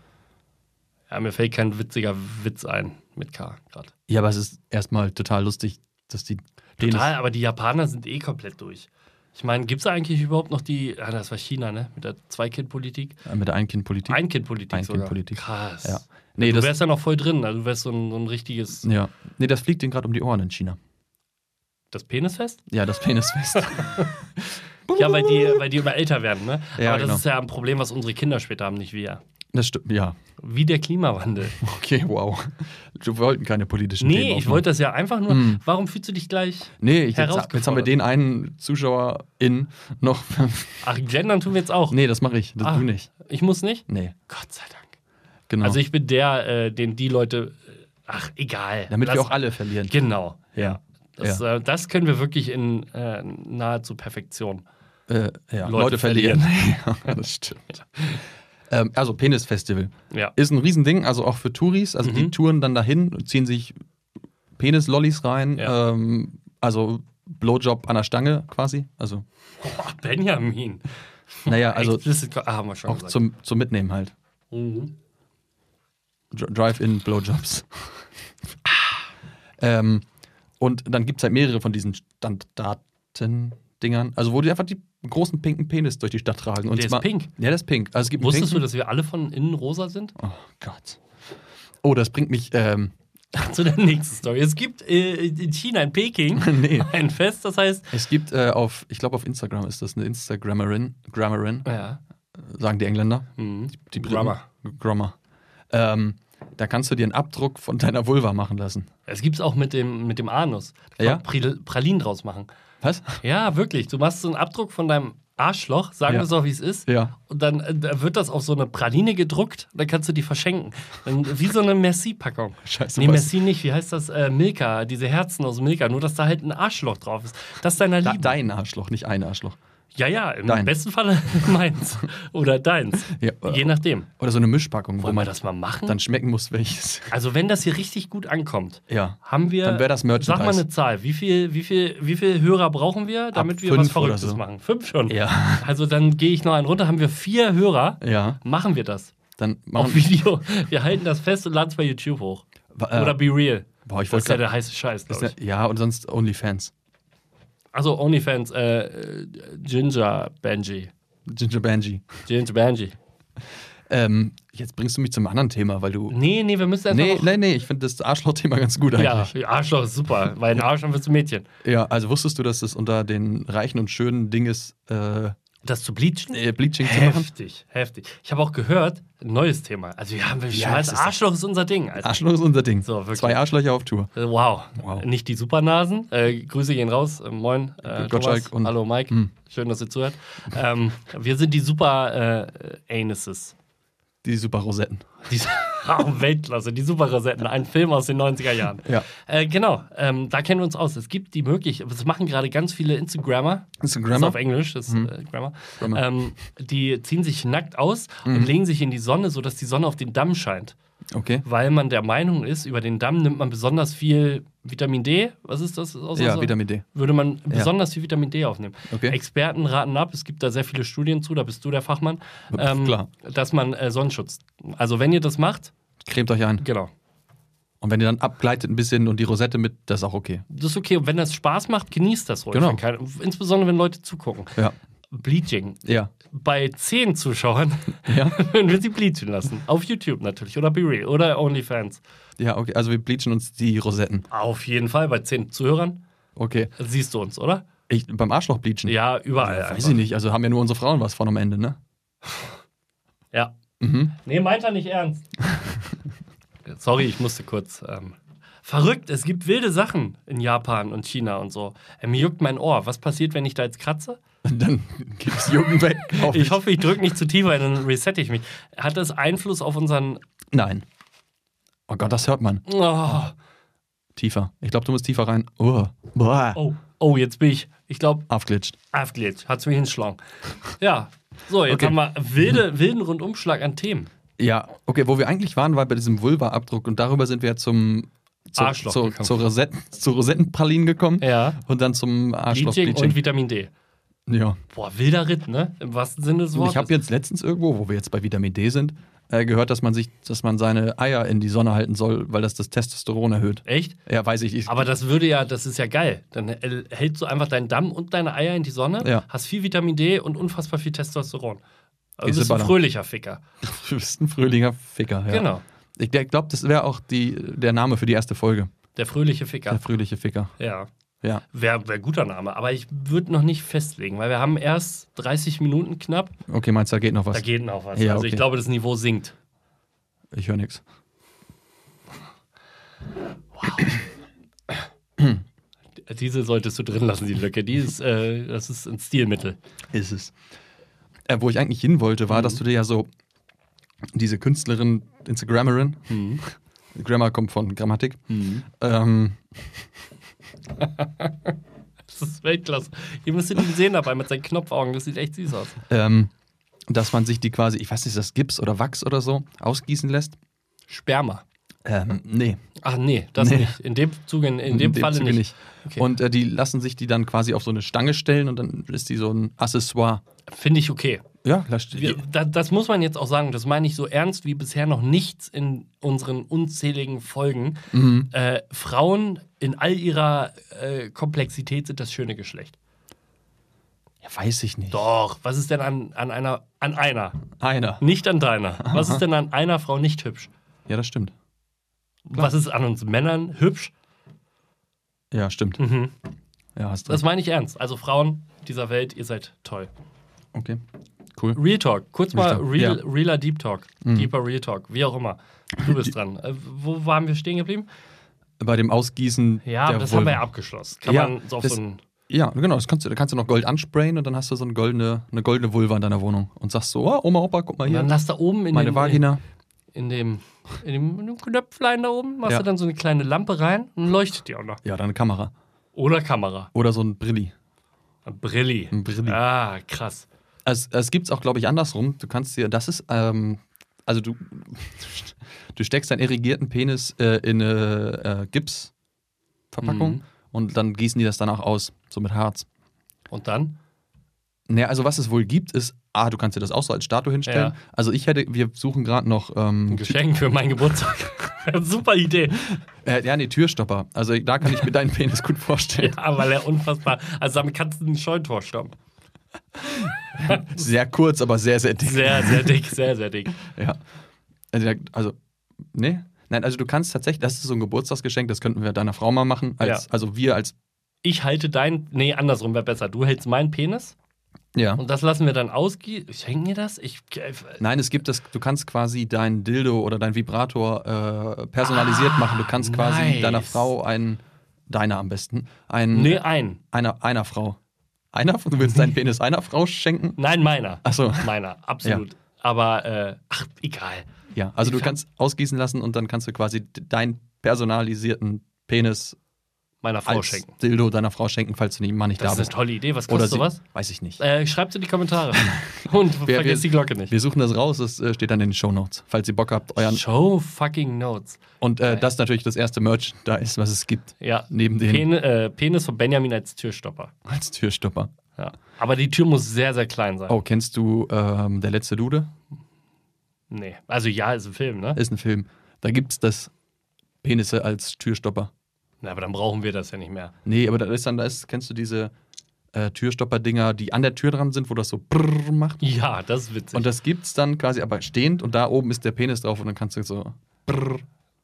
ja, mir fällt kein witziger Witz ein mit K gerade.
Ja, aber es ist erstmal total lustig, dass die Penis-
Total, aber die Japaner sind eh komplett durch. Ich meine, gibt es eigentlich überhaupt noch die, ah, das war China, ne? Mit der Zwei-Kind-Politik.
äh, mit der Ein-Kind-Politik.
Ein-Kind-Politik sogar.
Ein-Kind-Politik.
Krass.
Ja. Nee,
du
das,
wärst ja noch voll drin, also du wärst so ein, so ein richtiges,
ja. nee, das fliegt ihnen gerade um die Ohren in China.
das Penisfest?
Ja, das Penisfest.
Ja, weil die, weil die immer älter werden, ne?
Ja,
aber das
genau.
ist ja ein Problem, was unsere Kinder später haben, nicht wir.
das stimmt, ja.
Wie der Klimawandel.
Okay, wow. Wir wollten keine politischen Themen.
Nee, ich
aufmachen.
wollte das ja einfach nur,
Mhm.
warum fühlst du dich gleich
Nee, ich, jetzt,
herausgefordert.
jetzt haben wir den einen Zuschauer in noch.
Ach, gendern tun wir jetzt auch.
nee, das mache ich. Das
Ah.
du nicht.
Ich muss nicht?
Nee,
Gott sei Dank.
genau.
Also ich bin der, äh, den die Leute. äh, Ach, egal.
Damit
Lass-
wir auch alle verlieren.
Genau.
Ja.
Das, Äh, das können wir wirklich in äh, nahezu Perfektion.
Äh,
Leute
ja. Leute, verlieren. ja, das stimmt. Ähm, also Penisfestival
Ja.
ist ein Riesending, also auch für Touris. Also die
Mhm.
touren dann dahin, ziehen sich Penis-Lollis rein,
Ja.
ähm, also Blowjob an der Stange quasi. Also,
Boah, Benjamin.
naja, also
Explicit, ah, haben wir schon
auch
gesagt.
zum, zum Mitnehmen halt.
mhm.
Dr- Drive-in Blowjobs. ähm, und dann gibt es halt mehrere von diesen Standarten-Dingern. Also, wo die einfach die großen pinken Penis durch die Stadt tragen. Und
Der ist
zwar-
pink?
Ja, der ist pink. Also, es gibt einen
Wusstest du,
pinken-
dass wir alle von innen rosa sind?
Oh Gott. Oh, das bringt mich. Ähm,
Zu der nächsten Story. Es gibt äh, in China, in Peking,
nee.
ein Fest, das heißt.
Es gibt äh, auf, ich glaube auf Instagram ist das eine Instagrammerin, Grammerin,
Ja.
sagen die Engländer.
Mhm.
Die Briten.
Grammar.
Grammar. Ähm, da kannst du dir einen Abdruck von deiner Vulva machen lassen.
Es gibt es auch mit dem, mit dem Anus. Da kann
Ja?
man Pril- Pralinen draus machen.
Was?
Ja, wirklich. Du machst so einen Abdruck von deinem Arschloch, sagen
Ja.
wir es auch, wie es ist.
Ja.
Und dann äh, da wird das auf so eine Praline gedruckt, dann kannst du die verschenken. Dann, wie so eine Merci-Packung.
Scheiße.
Nee,
was?
Merci nicht, wie heißt das? Äh, Milka, diese Herzen aus Milka, nur dass da halt ein Arschloch drauf ist. Das ist deiner
Da,
Liebe.
dein Arschloch, nicht ein Arschloch.
ja, ja, im
Dein.
besten Falle meins. Oder deins.
Ja,
Je
äh,
nachdem.
oder so eine Mischpackung, wo
Wollen wir
man
das mal machen?
dann schmecken muss, welches.
also, wenn das hier richtig gut ankommt,
Ja.
haben wir.
Dann wär das
Sag mal
Merchandise.
eine Zahl. Wie viel, wie viel, wie viel Hörer brauchen wir, damit wir was
fünf oder
Verrücktes
so.
machen? Fünf schon.
Ja.
Also dann gehe ich noch einen runter, haben wir vier Hörer,
Ja.
machen wir das.
Dann
Auf
machen
Video. Wir halten das fest und laden es bei YouTube hoch.
Äh,
Oder Be Real.
Boah, ich
das ist ja
wollte
der heiße Scheiß, glaube ich.
grad- Ja, und sonst OnlyFans.
Also OnlyFans, äh, äh, Ginger Benji.
Ginger Banji.
Ginger Benji.
Ähm, jetzt bringst du mich zum anderen Thema, weil du.
Nee, nee, wir müssen erst
Nee,
noch...
nee, nee, ich finde das Arschloch-Thema ganz gut eigentlich.
Ja, Arschloch ist super, weil ein Arschloch wird zum Mädchen.
Ja, also wusstest du, dass es unter den reichen und schönen Ding ist, äh,
Das zu bleachen?
äh, Bleaching zu machen?
Heftig, heftig. Ich habe auch gehört, ein neues Thema. Also wir haben wir
Ja,
schon
das ist-
Arschloch ist unser Ding. Alter.
Arschloch ist unser Ding.
So, wirklich.
Zwei Arschlöcher auf Tour.
Äh, Wow.
Wow.
Nicht die Supernasen. Äh, Grüße gehen raus. Äh, moin. Äh,
Gottschalk
Thomas.
und- Hm.
Hallo Mike. Schön, dass ihr zuhört. ähm, wir sind die Super äh, Anuses.
Die super Rosetten.
Die oh, Weltklasse, die Super Rosetten. Ein Film aus den 90er Jahren.
Ja.
Äh, genau, ähm, da kennen wir uns aus. Es gibt die Möglichkeit, das machen gerade ganz viele Instagrammer, das ist
Instagram?
auf Englisch, das ist äh, Grammar,
Mhm. Grammar. Mhm.
Ähm, die ziehen sich nackt aus und legen sich in die Sonne, sodass die Sonne auf den Damm scheint.
Okay.
weil man der Meinung ist, über den Damm nimmt man besonders viel Vitamin D. Was ist das? Aus
Ja,
aus-
Vitamin D.
Würde man besonders viel Vitamin D aufnehmen.
Okay.
Experten raten ab, es gibt da sehr viele Studien zu, da bist du der Fachmann,
Pff, klar.
dass man äh, Sonnenschutz. Also wenn ihr das macht,
Cremt euch ein.
genau.
Und wenn ihr dann abgleitet ein bisschen und die Rosette mit, das ist auch okay.
Das ist okay. Und wenn das Spaß macht, genießt das ruhig.
Genau.
Wenn kein- insbesondere wenn Leute zugucken.
Ja.
Bleaching.
Ja.
bei 10 Zuschauern
Ja.
würden wir sie bleachen lassen. Auf YouTube natürlich oder BeReal oder OnlyFans.
Ja, okay. Also wir bleachen uns die Rosetten.
Auf jeden Fall bei 10 Zuhörern
Okay.
siehst du uns, oder?
Ich, beim Arschloch bleachen.
Ja, überall.
Weiß
einfach.
ich nicht. Also haben ja nur unsere Frauen was von am Ende, ne? Mhm.
Ja. Nee, meint er nicht ernst. Sorry, ich musste kurz. Ähm, verrückt, es gibt wilde Sachen in Japan und China und so. Äh, mir juckt mein Ohr. Was passiert, wenn ich da jetzt kratze?
Und dann gibt's Jugend weg. glaub
Ich hoffe, ich drücke nicht zu tief ein, dann resette ich mich. Hat das Einfluss auf unseren.
Nein. Oh Gott, das hört man.
Oh,
Tiefer. Ich glaube, du musst tiefer rein. Oh. Boah.
oh, oh jetzt bin ich. Ich glaube,
Aufglitscht.
aufgelegt. Hat's mich hinschlagen. Ja. So, jetzt
Okay.
haben wir wilde, wilden Rundumschlag an Themen.
Ja, okay, wo wir eigentlich waren, war bei diesem Vulva-Abdruck und darüber sind wir zum zu,
Arschloch
zu,
gekommen.
zu, Rosetten, zu Rosettenpralinen gekommen
Ja.
und dann zum arschloch
Bleaching und Vitamin D.
Ja.
Boah, wilder Ritt, ne? Im wahrsten Sinne des Wortes.
Ich habe jetzt letztens irgendwo, wo wir jetzt bei Vitamin D sind, äh, gehört, dass man sich, dass man seine Eier in die Sonne halten soll, weil das das Testosteron erhöht.
Echt?
Ja, weiß ich. ich
Aber das würde ja, das ist ja geil. Dann äh, hältst du einfach deinen Damm und deine Eier in die Sonne,
Ja.
hast viel Vitamin D und unfassbar viel Testosteron. Du
Diese
bist ein
Baller.
fröhlicher Ficker.
du bist ein fröhlicher Ficker. Ja.
Genau.
Ich glaube, das wäre auch die, der Name für die erste Folge.
Der fröhliche Ficker.
Der fröhliche Ficker.
Ja.
Ja.
Wäre wär guter Name. Aber ich würde noch nicht festlegen, weil wir haben erst 30 Minuten knapp.
Okay, meinst du, da geht noch was?
Da geht noch was.
Ja,
also ich
okay.
glaube, das Niveau sinkt.
Ich höre nichts.
Diese solltest du drin lassen, die Lücke. Die ist, äh, das ist ein Stilmittel.
Ist es. Äh, wo ich eigentlich hin wollte, war, dass
Mhm.
du dir ja so diese Künstlerin, Instagrammerin,
Mhm.
Grammar kommt von Grammatik, ähm,
Das ist Weltklasse. Ihr müsstet ihn sehen dabei mit seinen Knopfaugen. Das sieht echt süß aus.
ähm, dass man sich die quasi, ich weiß nicht, ist das Gips oder Wachs oder so, ausgießen lässt.
Sperma.
Ähm, nee,
Ach nee, das
Nee.
nicht. In dem Zuge, in, in dem Falle
Zuge
nicht. Okay.
Und äh, die lassen sich die dann quasi auf so eine Stange stellen und dann ist die so ein Accessoire.
Finde ich okay.
Ja, da steht
Wir, da, das muss man jetzt auch sagen. Das meine ich so ernst wie bisher noch nichts in unseren unzähligen Folgen. Äh, Frauen in all ihrer äh, Komplexität sind das schöne Geschlecht.
Ja, weiß ich nicht.
Doch, was ist denn an, an einer, an einer,
Einer.
nicht an deiner? Was ist denn an einer Frau nicht hübsch?
Ja, das stimmt.
Was ist an uns Männern hübsch?
Ja, stimmt.
Mhm.
Ja, hast du.
Das meine ich ernst. Also Frauen dieser Welt, ihr seid toll.
Okay. Cool.
Real Talk, kurz mal
Real Talk,
real, realer Deep Talk, deeper Real Talk, wie auch immer. Du bist dran. Äh, wo waren wir stehen geblieben?
Bei dem Ausgießen.
Ja,
der
das haben wir
Vulva.
ja abgeschlossen. Kann
Ja,
man so auf
das-
so ein,
Ja, genau. Das kannst du, da kannst du noch Gold ansprayen und dann hast du so eine goldene, eine goldene Vulva in deiner Wohnung und sagst so, oh, Oma, Opa, guck mal hier.
dann hast du oben in
meine
dem,
Vagina.
In, dem, in, dem, in dem Knöpflein da oben, machst
Ja.
du dann so eine kleine Lampe rein und leuchtet die auch noch.
Ja, dann eine Kamera.
Oder Kamera.
Oder so ein Brilli.
Brilli.
Ein Brilli.
Ah, krass.
Es, es gibt es auch, glaube ich, andersrum. Du kannst dir, das ist, ähm, also du, du steckst deinen irrigierten Penis äh, in eine äh, Gipsverpackung
Mhm.
und dann gießen die das danach aus, so mit Harz.
Und dann?
Naja, also was es wohl gibt, ist, ah, du kannst dir das auch so als Statue hinstellen.
Ja.
Also ich hätte, wir suchen gerade noch, ähm,
Ein Geschenk für meinen Geburtstag. Super Idee.
äh, ja, nee, Türstopper. Also da kann ich mir deinen Penis gut vorstellen.
Ja, weil er unfassbar. Also damit kannst du ein Scheuntor stoppen.
Sehr kurz, aber sehr, sehr dick.
Sehr, sehr dick, sehr, sehr dick.
Ja. Also, der- also, nee. Nein, also du kannst tatsächlich, das ist so ein Geburtstagsgeschenk, das könnten wir deiner Frau mal machen. Als,
Ja.
Also wir als,
ich halte dein, nee, andersrum wäre besser. Du hältst meinen Penis
ja.
und das lassen wir dann ausgießen. Ich hänge mir das? Ich, äh,
Nein, es gibt das, du kannst quasi dein Dildo oder dein Vibrator äh, personalisiert machen. Du kannst quasi
Ah, nice.
deiner Frau einen, deiner am besten, einen,
nee, ein.
einer, einer Frau. Einer? Du willst deinen Penis einer Frau schenken?
Nein, meiner.
Achso,
Meiner, absolut. Aber, äh, ach, egal.
ja. Also du
Ich hab-
kannst ausgießen lassen und dann kannst du quasi d- deinen personalisierten Penis
Meiner Frau
als
schenken.
Dildo deiner Frau schenken, falls du nicht- mal nicht
Das
da
ist eine
bist.
tolle Idee. Was
Oder
kostet sowas?
Weiß ich nicht.
Äh, schreibt's in die Kommentare. und
Wir-
vergesst die
wir-
Glocke nicht.
Wir suchen das raus, das äh, steht dann in den Shownotes, falls ihr Bock habt, euren.
Show fucking Notes.
Und äh, das ist natürlich das erste Merch da ist, was es gibt.
Ja.
Neben den
Pen, äh, Penis von Benjamin als Türstopper.
als Türstopper.
Ja. Aber die Tür muss sehr, sehr klein sein.
Oh, kennst du ähm, Der letzte Dude?
Nee. Also ja, ist ein Film, ne?
Ist ein Film. Da gibt's das Penisse als Türstopper.
Na, aber dann brauchen wir das ja nicht mehr.
Nee, aber da ist dann, da ist, kennst du diese, äh, äh, Türstopper-Dinger, die an der Tür dran sind, wo das so brrr macht.
Ja, das ist witzig.
Und das gibt's dann quasi aber stehend und da oben ist der Penis drauf und dann kannst du so brrr.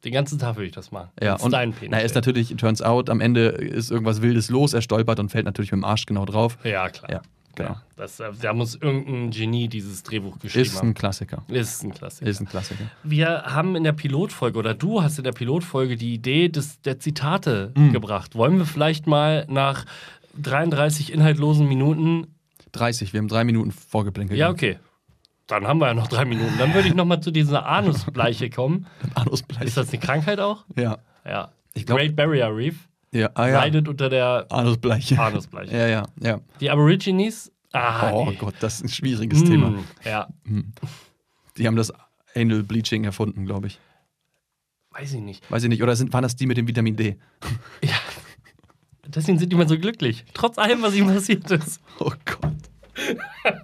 Den ganzen Tag würde ich das machen.
Ja,
Wenn's
und
dein Penis
na, ist
wäre.
natürlich, turns out, am Ende ist irgendwas Wildes los, er stolpert und fällt natürlich mit dem Arsch genau drauf.
Ja, klar.
Ja, genau.
Das, äh, da muss irgendein Genie dieses Drehbuch geschrieben
Ist ein
haben.
Klassiker.
Ist ein Klassiker.
Ist ein Klassiker.
Wir haben in der Pilotfolge, oder du hast in der Pilotfolge die Idee des, der Zitate
Hm.
gebracht. Wollen wir vielleicht mal nach 33 inhaltlosen Minuten.
30, wir haben drei Minuten vorgeblinkelt.
Ja, okay. Dann haben wir ja noch drei Minuten. Dann würde ich nochmal zu dieser Anusbleiche kommen.
Anusbleich.
Ist das eine Krankheit auch?
Ja.
Ja.
Ich glaub-
Great Barrier Reef
Ja, ah, ja.
leidet unter der
Anusbleiche.
Anusbleiche.
Ja, ja, ja.
Die Aborigines. Ah,
oh
nee.
Gott, das ist ein schwieriges
Mm,
Thema.
Ja,
Die haben das Anal Bleaching erfunden, glaube ich.
weiß ich nicht.
Weiß ich nicht. Oder sind, waren das die mit dem Vitamin D?
Ja. Deswegen sind die mal so glücklich. Trotz allem, was ihnen passiert ist.
Oh Gott.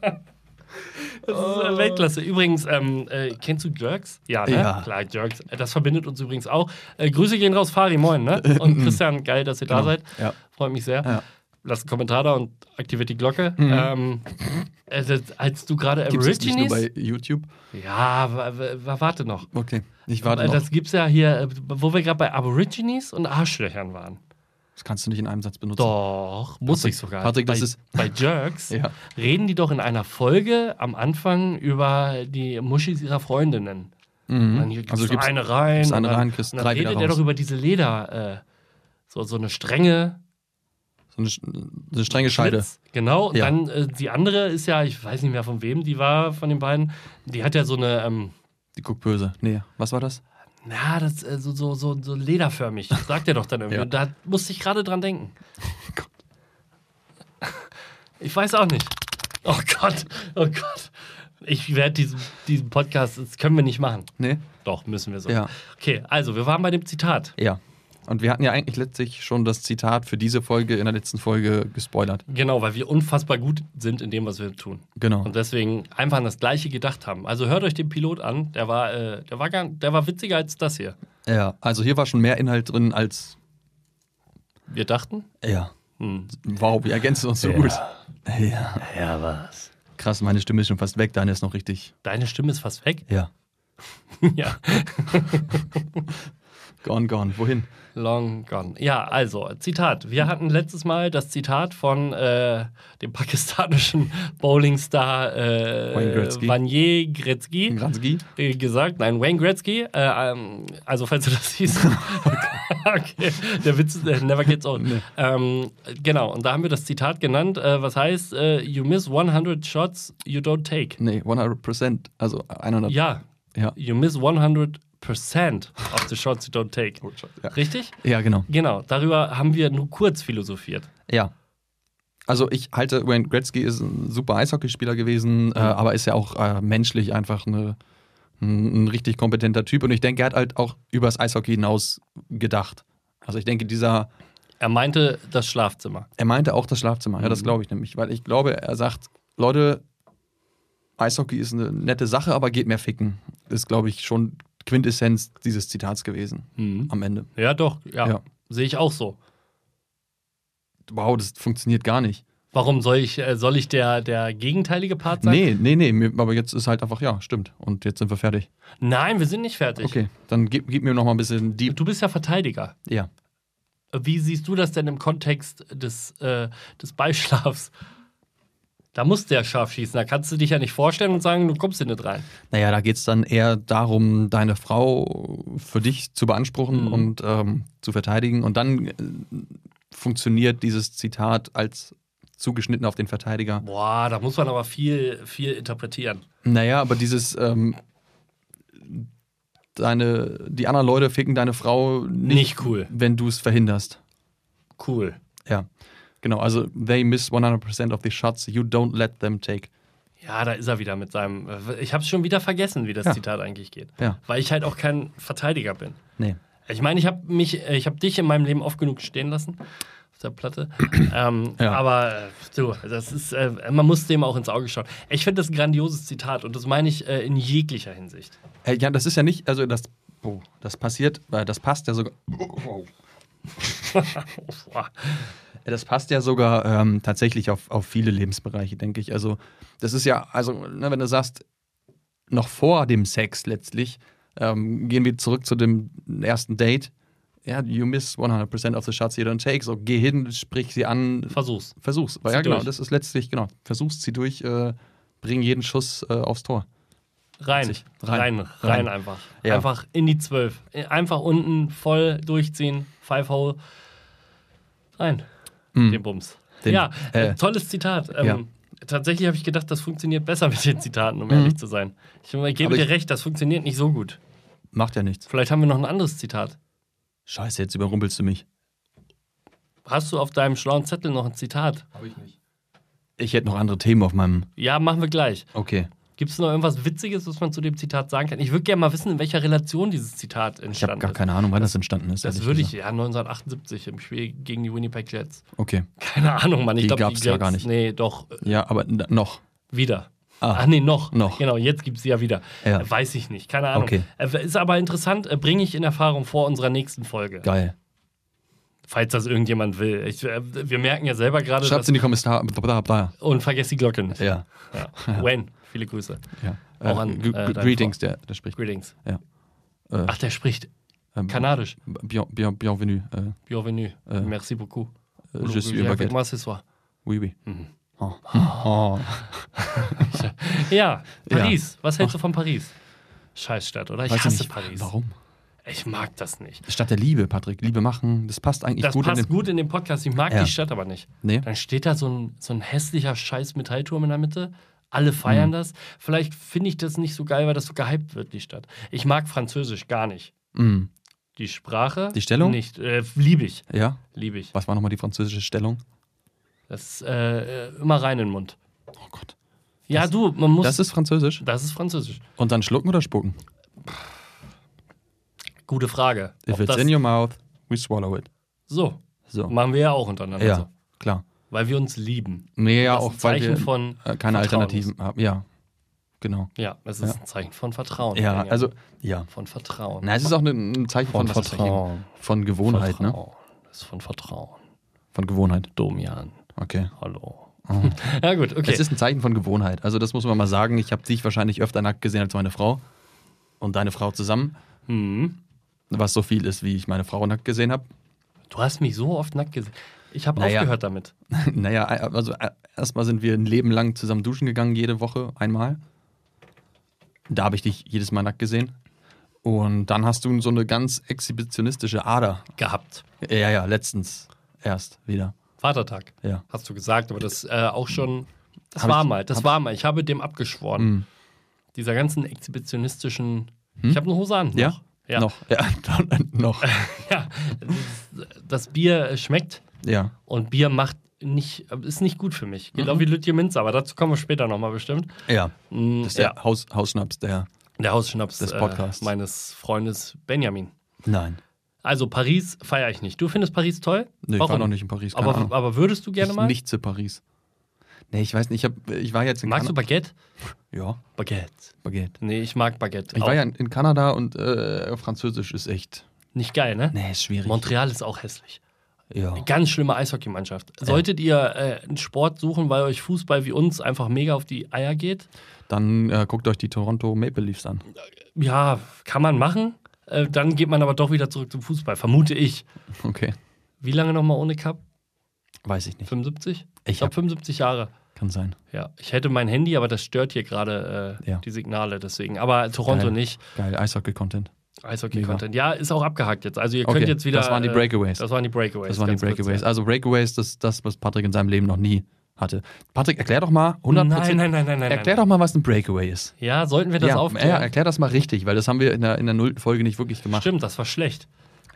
Das ist
Oh.
äh, Weltklasse. Übrigens, ähm, äh, kennst du Jerks? Ja, ne?
Ja.
Klar, Jerks. Äh, Das verbindet uns übrigens auch. Äh, Grüße gehen raus, Fari, moin, ne? Und Christian, geil, dass ihr da seid.
Genau. Ja.
Freut mich sehr.
Mhm. Ja.
Lasst einen Kommentar da und aktiviert die Glocke. Ähm, äh, das, als du gerade
Gibt es nicht nur
Aborigines...
bei YouTube?
Ja, wa- wa- wa- warte noch.
Okay, ich warte
Äh,
noch.
Das gibt's ja hier, äh, wo wir gerade bei Aborigines und Arschlöchern waren.
Das kannst du nicht in einem Satz benutzen.
Doch, muss
Patrick,
ich sogar.
Patrick, das
bei,
ist-
bei Jerks
Ja.
reden die doch in einer Folge am Anfang über die Muschis ihrer Freundinnen. Und Dann hier
Also
also
gibt's-
gibt's eine rein.
gibt's eine
und dann,
rein, kriegst
und dann
drei
redet
wieder
er
raus.
doch über diese Leder, äh, so, so eine strenge
So eine, sch- so eine strenge Scheide.
Schlitz. Genau. Und
Ja.
dann äh, die andere ist ja, ich weiß nicht mehr von wem die war, von den beiden. Die hat ja so eine, ähm,
Die guckt böse. Nee, was war das?
na, das äh, so, so, so, so lederförmig. Das sagt er doch dann irgendwie.
Ja.
Und da musste ich gerade dran denken. Ich weiß auch nicht. Oh Gott, oh Gott. Ich werde diesen, diesen Podcast, das können wir nicht machen.
Nee?
Doch, müssen wir so.
Ja.
Okay, also wir waren bei dem Zitat.
Ja. Und wir hatten ja eigentlich letztlich schon das Zitat für diese Folge in der letzten Folge gespoilert.
Genau, weil wir unfassbar gut sind in dem, was wir tun.
Genau.
Und deswegen einfach an das Gleiche gedacht haben. Also hört euch den Pilot an, der war, äh, der war, gar, der war witziger als das hier.
Ja, also hier war schon mehr Inhalt drin als.
Wir dachten?
Ja.
Hm.
Wow, wir ergänzen uns so gut. Ja.
Ja, was?
Krass, meine Stimme ist schon fast weg, deine ist noch richtig.
Deine Stimme ist fast weg.
Ja.
ja.
Gone, gone. Wohin?
Long gone. Ja, also, Zitat. Wir hatten letztes Mal das Zitat von äh, dem pakistanischen Bowlingstar äh,
Wayne Gretzky.
Vanier Gretzky
Granski?
äh, gesagt. Nein, Wayne Gretzky. Äh, ähm, also, falls du das siehst. okay. Der Witz ist, äh, never gets old. Ähm, genau, und da haben wir das Zitat genannt, äh, was heißt, äh, you miss 100 shots you don't take.
Nee, 100%. Also 100.
Ja,
Ja.
you miss 100% of the shots you don't take.
Oh, Ja.
Richtig?
ja, genau.
Genau, darüber haben wir nur kurz philosophiert.
Ja. Also ich halte, Wayne Gretzky ist ein super Eishockeyspieler gewesen, äh, aber ist ja auch äh, menschlich einfach eine, ein, ein richtig kompetenter Typ. Und ich denke, er hat halt auch übers Eishockey hinaus gedacht. Also ich denke, dieser,
Er meinte das Schlafzimmer.
er meinte auch das Schlafzimmer, ja, das glaube ich nämlich, weil ich glaube, er sagt, Leute, Eishockey ist eine nette Sache, aber geht mehr ficken. Ist, glaube ich, schon Quintessenz dieses Zitats gewesen am Ende.
Ja, doch, ja.
Mhm. Ja.
Sehe ich auch so.
Wow, das funktioniert gar nicht.
Warum soll ich, äh, soll ich der, der gegenteilige Part sein?
Nee, nee, nee, mir- aber jetzt ist halt einfach, ja, stimmt. Und jetzt sind wir fertig.
Nein, wir sind nicht fertig.
Okay, dann gib, gib mir noch mal ein bisschen Deep.
Du bist ja Verteidiger.
Ja.
Wie siehst du das denn im Kontext des, äh, des Beischlafs? Da muss der scharf schießen. Da kannst du dich ja nicht vorstellen und sagen, du kommst hier nicht rein.
Naja, da geht es dann eher darum, deine Frau für dich zu beanspruchen
Mhm.
und ähm, zu verteidigen. Und dann äh, funktioniert dieses Zitat als zugeschnitten auf den Verteidiger.
Boah, da muss man aber viel, viel interpretieren.
Naja, aber dieses ähm, deine, die anderen Leute ficken deine Frau nicht,
Nicht cool.
wenn du es verhinderst.
Cool.
Ja. Genau, also they miss 100% of the shots you don't let them take.
Ja, da ist er wieder mit seinem. äh, Ich hab's schon wieder vergessen, wie das
Ja.
Zitat eigentlich geht.
Ja.
Weil ich halt auch kein Verteidiger bin.
Nee.
Ich meine, ich habe mich, äh, ich habe dich in meinem Leben oft genug stehen lassen auf der Platte. Ähm,
Ja.
Aber äh, du, das ist, äh, man muss dem auch ins Auge schauen. Ich finde das ein grandioses Zitat und das meine ich äh, in jeglicher Hinsicht.
Äh, ja, das ist ja nicht, also das, oh, das passiert, äh, das passt ja sogar.
Boah.
Das passt ja sogar ähm, tatsächlich auf, auf viele Lebensbereiche, denke ich. Also, das ist ja, also, ne, wenn du sagst, noch vor dem Sex letztlich, ähm, gehen wir zurück zu dem ersten Date. Ja, you miss 100% of the shots you don't take. So, geh hin, sprich sie an,
Versuch's.
versuch's.
Zieh
ja, genau,
durch.
das ist letztlich, genau. Versuch's, zieh durch, äh, bring jeden Schuss äh, aufs Tor.
Rein.
Witzig.
rein.
Rein.
Rein,
Rein.
einfach.
Ja.
Einfach in die 12. Einfach unten voll durchziehen. Five Hole. Rein. Den Bums.
Mhm. Den-
ja,
äh,
äh, tolles Zitat. Ähm,
ja. Mhm.
Tatsächlich habe ich gedacht, das funktioniert besser mit den Zitaten, um ehrlich zu sein. Ich gebe
Aber
dir
ich-
recht, das funktioniert nicht so gut.
Macht ja nichts.
Vielleicht haben wir noch ein anderes Zitat.
Scheiße, jetzt überrumpelst du mich.
Hast du auf deinem schlauen Zettel noch ein Zitat?
Habe ich nicht. Ich hätte noch andere Themen auf meinem.
Ja, machen wir gleich.
Okay.
Gibt es noch irgendwas Witziges, was man zu dem Zitat sagen kann? Ich würde gerne mal wissen, in welcher Relation dieses Zitat
Ich habe
entstanden
gar
ist.
keine Ahnung, wann das entstanden ist.
Das
ehrlich
würde ich,
gesagt.
ja, 1978 im Spiel gegen die Winnipeg Jets.
Okay.
Keine Ahnung, Mann. Ich
Die
glaube,
gab's ja gar nicht.
Nee, doch, äh,
Ja, aber n- noch.
wieder.
Ah.
Ach nee, noch.
Noch.
Genau, jetzt gibt es sie ja wieder.
Ja.
Äh, Weiß ich nicht, keine Ahnung.
Okay.
Äh, Ist aber interessant, äh, bringe ich in Erfahrung vor unserer nächsten Folge.
Geil.
Falls das irgendjemand will. Ich, äh, wir merken ja selber gerade,
Schreibt's
dass.
in die Kommentare. Da, da.
Und vergesst die Glocke nicht.
Ja.
Ja. Wayne, viele Grüße.
ja.
Auch an,
Gr-
äh, deine
Gr- Greetings, der, der spricht.
Greetings.
Ja. Äh,
Ach, der spricht
ähm,
Kanadisch.
bien, bien, bienvenue. Äh,
Bienvenue.
Äh.
Merci beaucoup.
äh, je suis baguette.
Moi ce soir.
Oui, oui.
Mhm.
Oh. Oh.
Ja, Paris. Was hältst du von Paris? Scheißstadt, oder? Ich
Weiß
hasse
nicht,
Paris.
Warum?
Ich mag das nicht.
Stadt der Liebe, Patrick. Liebe machen, das passt eigentlich
das
gut
passt
in den.
gut in den Podcast. Ich mag
Ja.
die Stadt aber nicht.
Nee.
Dann steht da so ein, so ein hässlicher scheiß Metallturm in der Mitte. Alle feiern
Hm.
das. Vielleicht finde ich das nicht so geil, weil das so gehypt wird, die Stadt. Ich mag Französisch gar nicht.
Mm.
Die Sprache?
Die Stellung?
Nicht. Äh, liebe ich.
Ja.
Liebe ich.
Was war nochmal die französische Stellung?
Das ist äh, äh, immer rein in den Mund.
Oh Gott.
Ja, du, man muss.
Das ist französisch.
das ist Französisch.
Und dann schlucken oder spucken?
Gute Frage.
If
Ob
it's
das-
in your mouth, we swallow it.
so,
So.
machen wir ja auch untereinander
ja,
so.
klar.
Weil wir uns lieben.
Nee, ja,
also. Das ist
auch
ein
weil
Zeichen
wir
von
äh, keine
Vertrauen
Alternativen haben. Ja, genau.
Ja, es ist ein Zeichen von Vertrauen.
Ja,
Benjamin.
also, ja.
Von Vertrauen.
Na, es ist auch ne, ein, ein Zeichen von,
Von
was ist das hier?
Vertrauen.
Von Gewohnheit, ne?
Vertrauen. Das ist von Vertrauen.
Von Gewohnheit.
Domian,
Okay.
hallo. ja, gut, okay.
Ah. Es ist ein Zeichen von Gewohnheit. Also, das muss man mal sagen. Ich habe dich wahrscheinlich öfter nackt gesehen als meine Frau und deine Frau zusammen.
hm.
Was so viel ist, wie ich meine Frau nackt gesehen habe.
Du hast mich so oft nackt gesehen. Ich habe
Naja.
aufgehört damit.
naja, also äh, erstmal sind wir ein Leben lang zusammen duschen gegangen, jede Woche einmal. Da habe ich dich jedes Mal nackt gesehen. Und dann hast du so eine ganz exhibitionistische Ader.
Gehabt.
Ja, ja, letztens erst wieder.
Vatertag.
Ja.
Hast du gesagt, aber das äh, auch schon. Das
Hab
war
ich-
mal, das
hab
war mal. Ich habe dem abgeschworen.
Mhm.
Dieser ganzen exhibitionistischen. Ich habe eine Hose an.
Hm? Ja?
Noch. Ja.
Noch. Ja, noch.
ja. Das, das Bier äh, schmeckt
ja.
und Bier macht nicht, ist nicht gut für mich.
Mhm.
Geht auch wie Lütje Minze, aber dazu kommen wir später nochmal bestimmt.
Ja.
Mhm,
Das ist
ja.
der Haus, Hausschnaps, der.
Der Hausschnaps
Des Podcasts.
Äh, meines Freundes Benjamin.
Nein.
Also Paris feiere ich nicht. Du findest Paris toll?
Nee, ich war noch nicht in Paris. Keine
Aber,
Ahnung.
aber würdest du gerne
ich,
mal?
Nicht zu Paris. Nee, ich weiß nicht. Ich, hab, ich war jetzt in
Magst du
Kanada.
Baguette?
Ja,
Baguette.
Baguette.
Nee, ich mag Baguette.
Ich
auch.
war ja in, in Kanada und äh, Französisch ist echt.
nicht geil, ne?
Nee, ist schwierig.
Montreal ist auch hässlich.
Ja.
Ganz schlimme Eishockeymannschaft. Solltet ihr äh, einen Sport suchen, weil euch Fußball wie uns einfach mega auf die Eier geht?
Dann äh, guckt euch die Toronto Maple Leafs an.
Ja, kann man machen. Äh, dann geht man aber doch wieder zurück zum Fußball, vermute ich.
Okay.
Wie lange nochmal ohne Cup?
Weiß ich nicht.
75? Ich
Ich
glaube
hab,
75 Jahre.
kann sein.
Ja, ich hätte mein Handy, aber das stört hier gerade äh,
Ja.
die Signale, deswegen. Aber Toronto
Geil.
nicht.
Geil, Eishockey-Content.
Eishockey-Content. Ja, ist auch abgehakt jetzt. Also ihr könnt
Okay,
jetzt wieder.
das waren die
äh,
Breakaways.
Das waren die Breakaways.
Das waren die
ganz kurz,
Breakaways.
ja.
Also Breakaways, das das, was Patrick in seinem Leben noch nie hatte. Patrick, erklär doch mal 100%.
Nein, nein, nein, nein, nein, nein.
Erklär doch mal, was ein Breakaway ist.
Ja, sollten wir das
ja, ja,
aufklären?
erklär das mal richtig, weil das haben wir in der, in der nullten Folge nicht wirklich gemacht.
Stimmt, das war schlecht.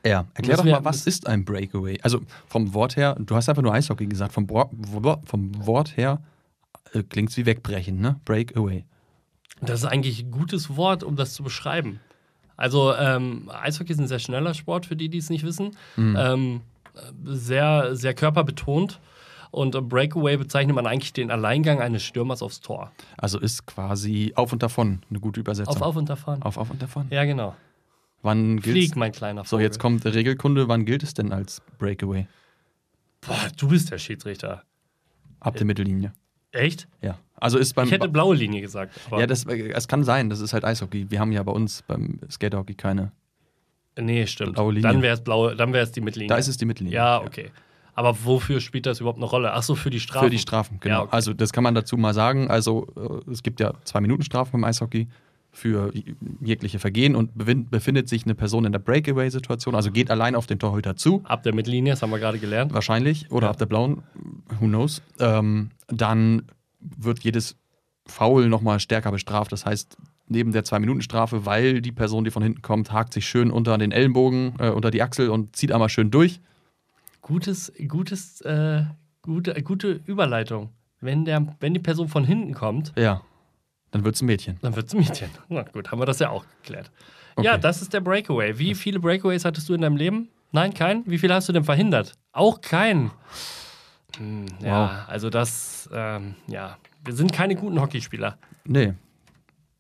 Ja, erklär doch
Müssen wir-
mal, was ist ein Breakaway? Also vom Wort her, du hast einfach nur Eishockey gesagt, vom, Bo Wo- vom Wort her äh, klingt es wie wegbrechen, ne? Breakaway.
Das ist eigentlich ein gutes Wort, um das zu beschreiben. Also, ähm, Eishockey ist ein sehr schneller Sport, für die, die es nicht wissen.
Mhm.
Ähm, sehr, sehr körperbetont. Und äh, Breakaway bezeichnet man eigentlich den Alleingang eines Stürmers aufs Tor.
Also ist quasi auf und davon eine gute Übersetzung.
Auf, auf und davon.
auf, auf und davon.
Ja, genau.
Wann gilt's?
Flieg, mein kleiner
So,
Vogel.
jetzt kommt Regelkunde. Wann gilt es denn als Breakaway?
Boah, du bist der Schiedsrichter.
Ab der Mittellinie.
Echt?
Ja. Also ist beim.
Ich hätte blaue Linie gesagt. aber-
ja, das, äh, es kann sein, das ist halt Eishockey. Wir haben ja bei uns beim Skatehockey keine.
nee, stimmt.
blaue Linie.
Dann wäre es blaue, dann wäre es die Mittellinie.
Da ist es die Mittellinie.
Ja, okay. Aber wofür spielt das überhaupt eine Rolle? Ach so, für die Strafe.
Für die Strafen, genau.
Ja, okay.
Also das kann man dazu mal sagen. Also äh, es gibt ja zwei Minuten Strafen beim Eishockey für je- jegliche Vergehen und bewin- befindet sich eine Person in der Breakaway-Situation, also geht allein auf den Torhüter zu,
Ab der Mittellinie, das haben wir gerade gelernt.
wahrscheinlich, oder
Ja.
ab der blauen, who knows, ähm, dann wird jedes Foul nochmal stärker bestraft. Das heißt, neben der Zwei-Minuten-Strafe, weil die Person, die von hinten kommt, hakt sich schön unter den Ellenbogen, äh, unter die Achsel und zieht einmal schön durch.
Gutes, gutes, äh, gute, gute Überleitung. Wenn, der, wenn die Person von hinten kommt,
Ja, dann wird's ein Mädchen.
Dann wird's ein Mädchen. Na gut, haben wir das ja auch geklärt.
Okay.
Ja, das ist der Breakaway. Wie viele Breakaways hattest du in deinem Leben? Nein, keinen. Wie viele hast du denn verhindert? Auch keinen. Hm, ja, also das, ähm, ja. Wir sind keine guten Hockeyspieler.
Nee,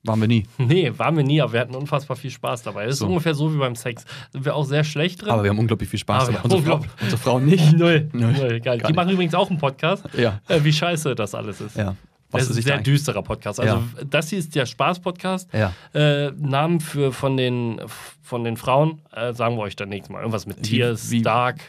waren wir nie.
Nee, waren wir nie, aber wir hatten unfassbar viel Spaß dabei. Das ist
So.
ungefähr so wie beim Sex. Sind wir auch sehr schlecht drin?
Aber wir haben unglaublich viel Spaß.
Aber wir
dabei. unsere,
haben
Frau,
unglaublich-
unsere Frau nicht.
Null.
Null.
Null. Geil.
Gar
Die
nicht.
machen übrigens auch einen Podcast.
Ja,
Äh, wie scheiße das alles ist.
ja.
Das ist ein sehr
da-
düsterer Podcast. Also, das hier ist der Spaß-Podcast.
Ja.
Äh, Namen für, von, den, von den Frauen äh, sagen wir euch dann nächstes Mal. Irgendwas mit Tier,
wie-
Stark,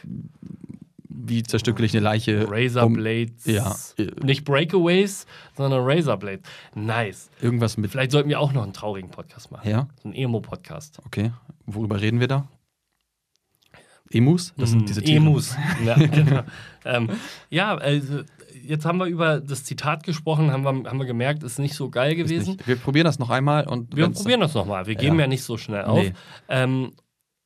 Wie zerstückel ich eine Leiche? um
Razorblades.
ja. Äh,
Nicht Breakaways, sondern Razorblades. Nice.
irgendwas mit.
Vielleicht sollten wir auch noch einen traurigen Podcast machen.
Ja,
So einen Emo-Podcast.
okay. Worüber reden wir da? Emus? Das sind diese Tiere.
Mm, Hm, Emus. Ja, genau. ähm, ja also, jetzt haben wir über das Zitat gesprochen, haben wir, haben wir gemerkt, ist nicht so geil
Ist
gewesen.
Nicht. Wir probieren das noch einmal und
Wir
wenn's-
probieren das nochmal. Wir geben
Ja.
ja nicht so schnell auf.
Nee.
Ähm,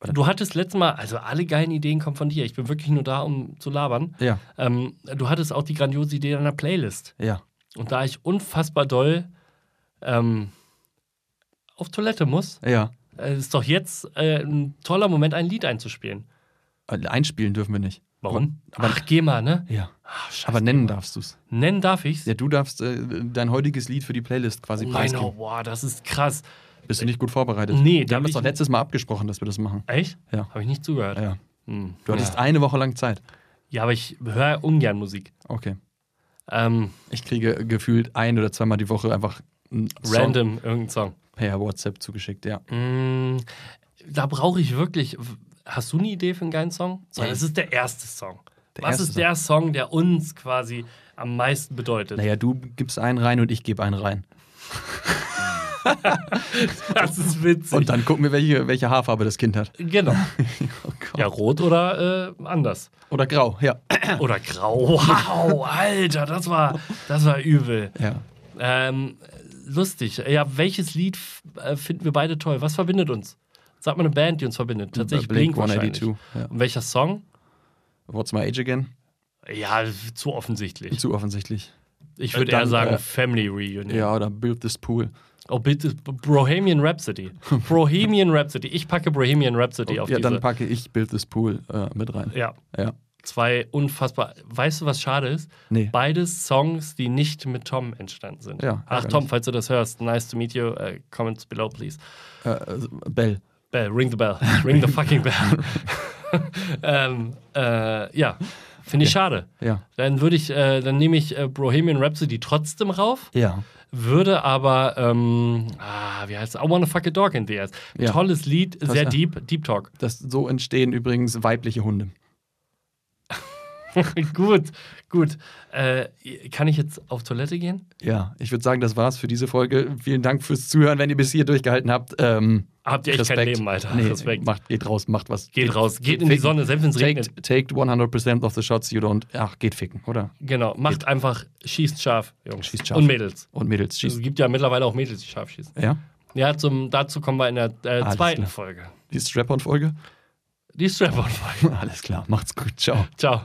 du hattest letztes Mal, also alle geilen Ideen kommen von dir. Ich bin wirklich nur da, um zu labern.
Ja,
Ähm, du hattest auch die grandiose Idee deiner Playlist.
ja.
Und da ich unfassbar doll ähm, auf Toilette muss,
Ja.
äh, ist doch jetzt äh, ein toller Moment, ein Lied einzuspielen.
Äh, Einspielen dürfen wir nicht.
Warum?
Aber-
Ach, geh mal, ne?
Ja.
Ach, scheiße.
Aber nennen darfst du es.
Nennen darf ich's?
Ja, du darfst äh, dein heutiges Lied für die Playlist quasi
Nein, oh,
preisgeben.
boah, das ist krass.
Bist du nicht gut vorbereitet?
Nee,
wir
da
haben
bin
das doch
ich-
letztes Mal abgesprochen, dass wir das machen.
Echt?
Ja.
Habe ich nicht zugehört.
Ja.
Hm.
Du hattest
ja.
eine Woche lang Zeit.
ja, aber ich höre ungern Musik.
Okay.
Ähm,
Ich kriege gefühlt ein oder zweimal die Woche einfach einen Song
random irgendein Song.
per WhatsApp zugeschickt, ja.
Mm, da brauche ich wirklich. Hast du eine Idee für einen geilen Song? So,
Nee.
das ist der erste Song.
Der
Was
erste
ist der Song, der uns quasi am meisten bedeutet?
Naja, du gibst einen rein und ich gebe einen rein.
Das ist witzig.
Und dann gucken wir, welche, welche Haarfarbe das Kind hat.
genau.
Oh Gott.
Ja, rot oder äh, anders.
Oder grau, ja.
Oder grau. Wow, Alter, das war, das war übel.
ja.
Ähm, lustig. Ja, welches Lied f- äh, finden wir beide toll? Was verbindet uns? Sag mal eine Band, die uns verbindet. Tatsächlich Blink,
Blink
182.
182. Ja.
Und welcher Song?
What's my age again?
Ja, zu offensichtlich.
Zu offensichtlich.
Ich
Äh,
würde
dann,
eher sagen
äh,
Family Reunion.
Ja, oder Build this pool.
Oh, bitte, Bohemian Rhapsody. Bohemian Rhapsody. Ich packe Bohemian Rhapsody auf
Oh, ja,
diese.
dann packe ich Build this pool äh, mit rein.
ja,
Ja.
zwei unfassbar. Weißt du, was schade ist?
Nee.
Beides Songs, die nicht mit Tom entstanden sind.
Ja,
Ach,
ärgerlich.
Tom, falls du das hörst, nice to meet you. Äh, comments below, please.
Äh, äh, Bell.
Bell, ring the bell. Ring the fucking bell. ähm, äh, ja, finde ich schade.
Ja.
Dann würde ich, äh, dann nehme ich äh, Bohemian Rhapsody trotzdem rauf.
Ja.
würde aber, ähm, ah, wie heißt es? I wanna fuck a dog in the ass.
Ja.
Tolles Lied, sehr
ja.
deep, Deep Talk.
Das, so entstehen übrigens weibliche Hunde.
gut, gut. Äh, kann ich jetzt auf Toilette gehen?
Ja, ich würde sagen, das war's für diese Folge. Vielen Dank fürs Zuhören, wenn ihr bis hier durchgehalten habt. Ähm,
Habt ihr echt kein Leben, Alter.
Nee,
Respekt.
Macht, geht raus, macht was.
Geht raus, geht in die
ficken.
Sonne, selbst wenn es
Take,
regnet.
take 100% of the shots you don't. Ach, geht ficken, oder?
Genau, macht einfach, schießt scharf, Jungs.
Schießt scharf.
Und Mädels.
Und Mädels,
Es
schießt.
gibt ja mittlerweile auch Mädels, die scharf schießen.
Ja?
Ja, zum, dazu kommen wir in der äh,
Alles
zweiten
klar.
Folge.
Die Strap-on-Folge?
Die Strap-On-Folge.
Alles klar, macht's gut, ciao.
Ciao.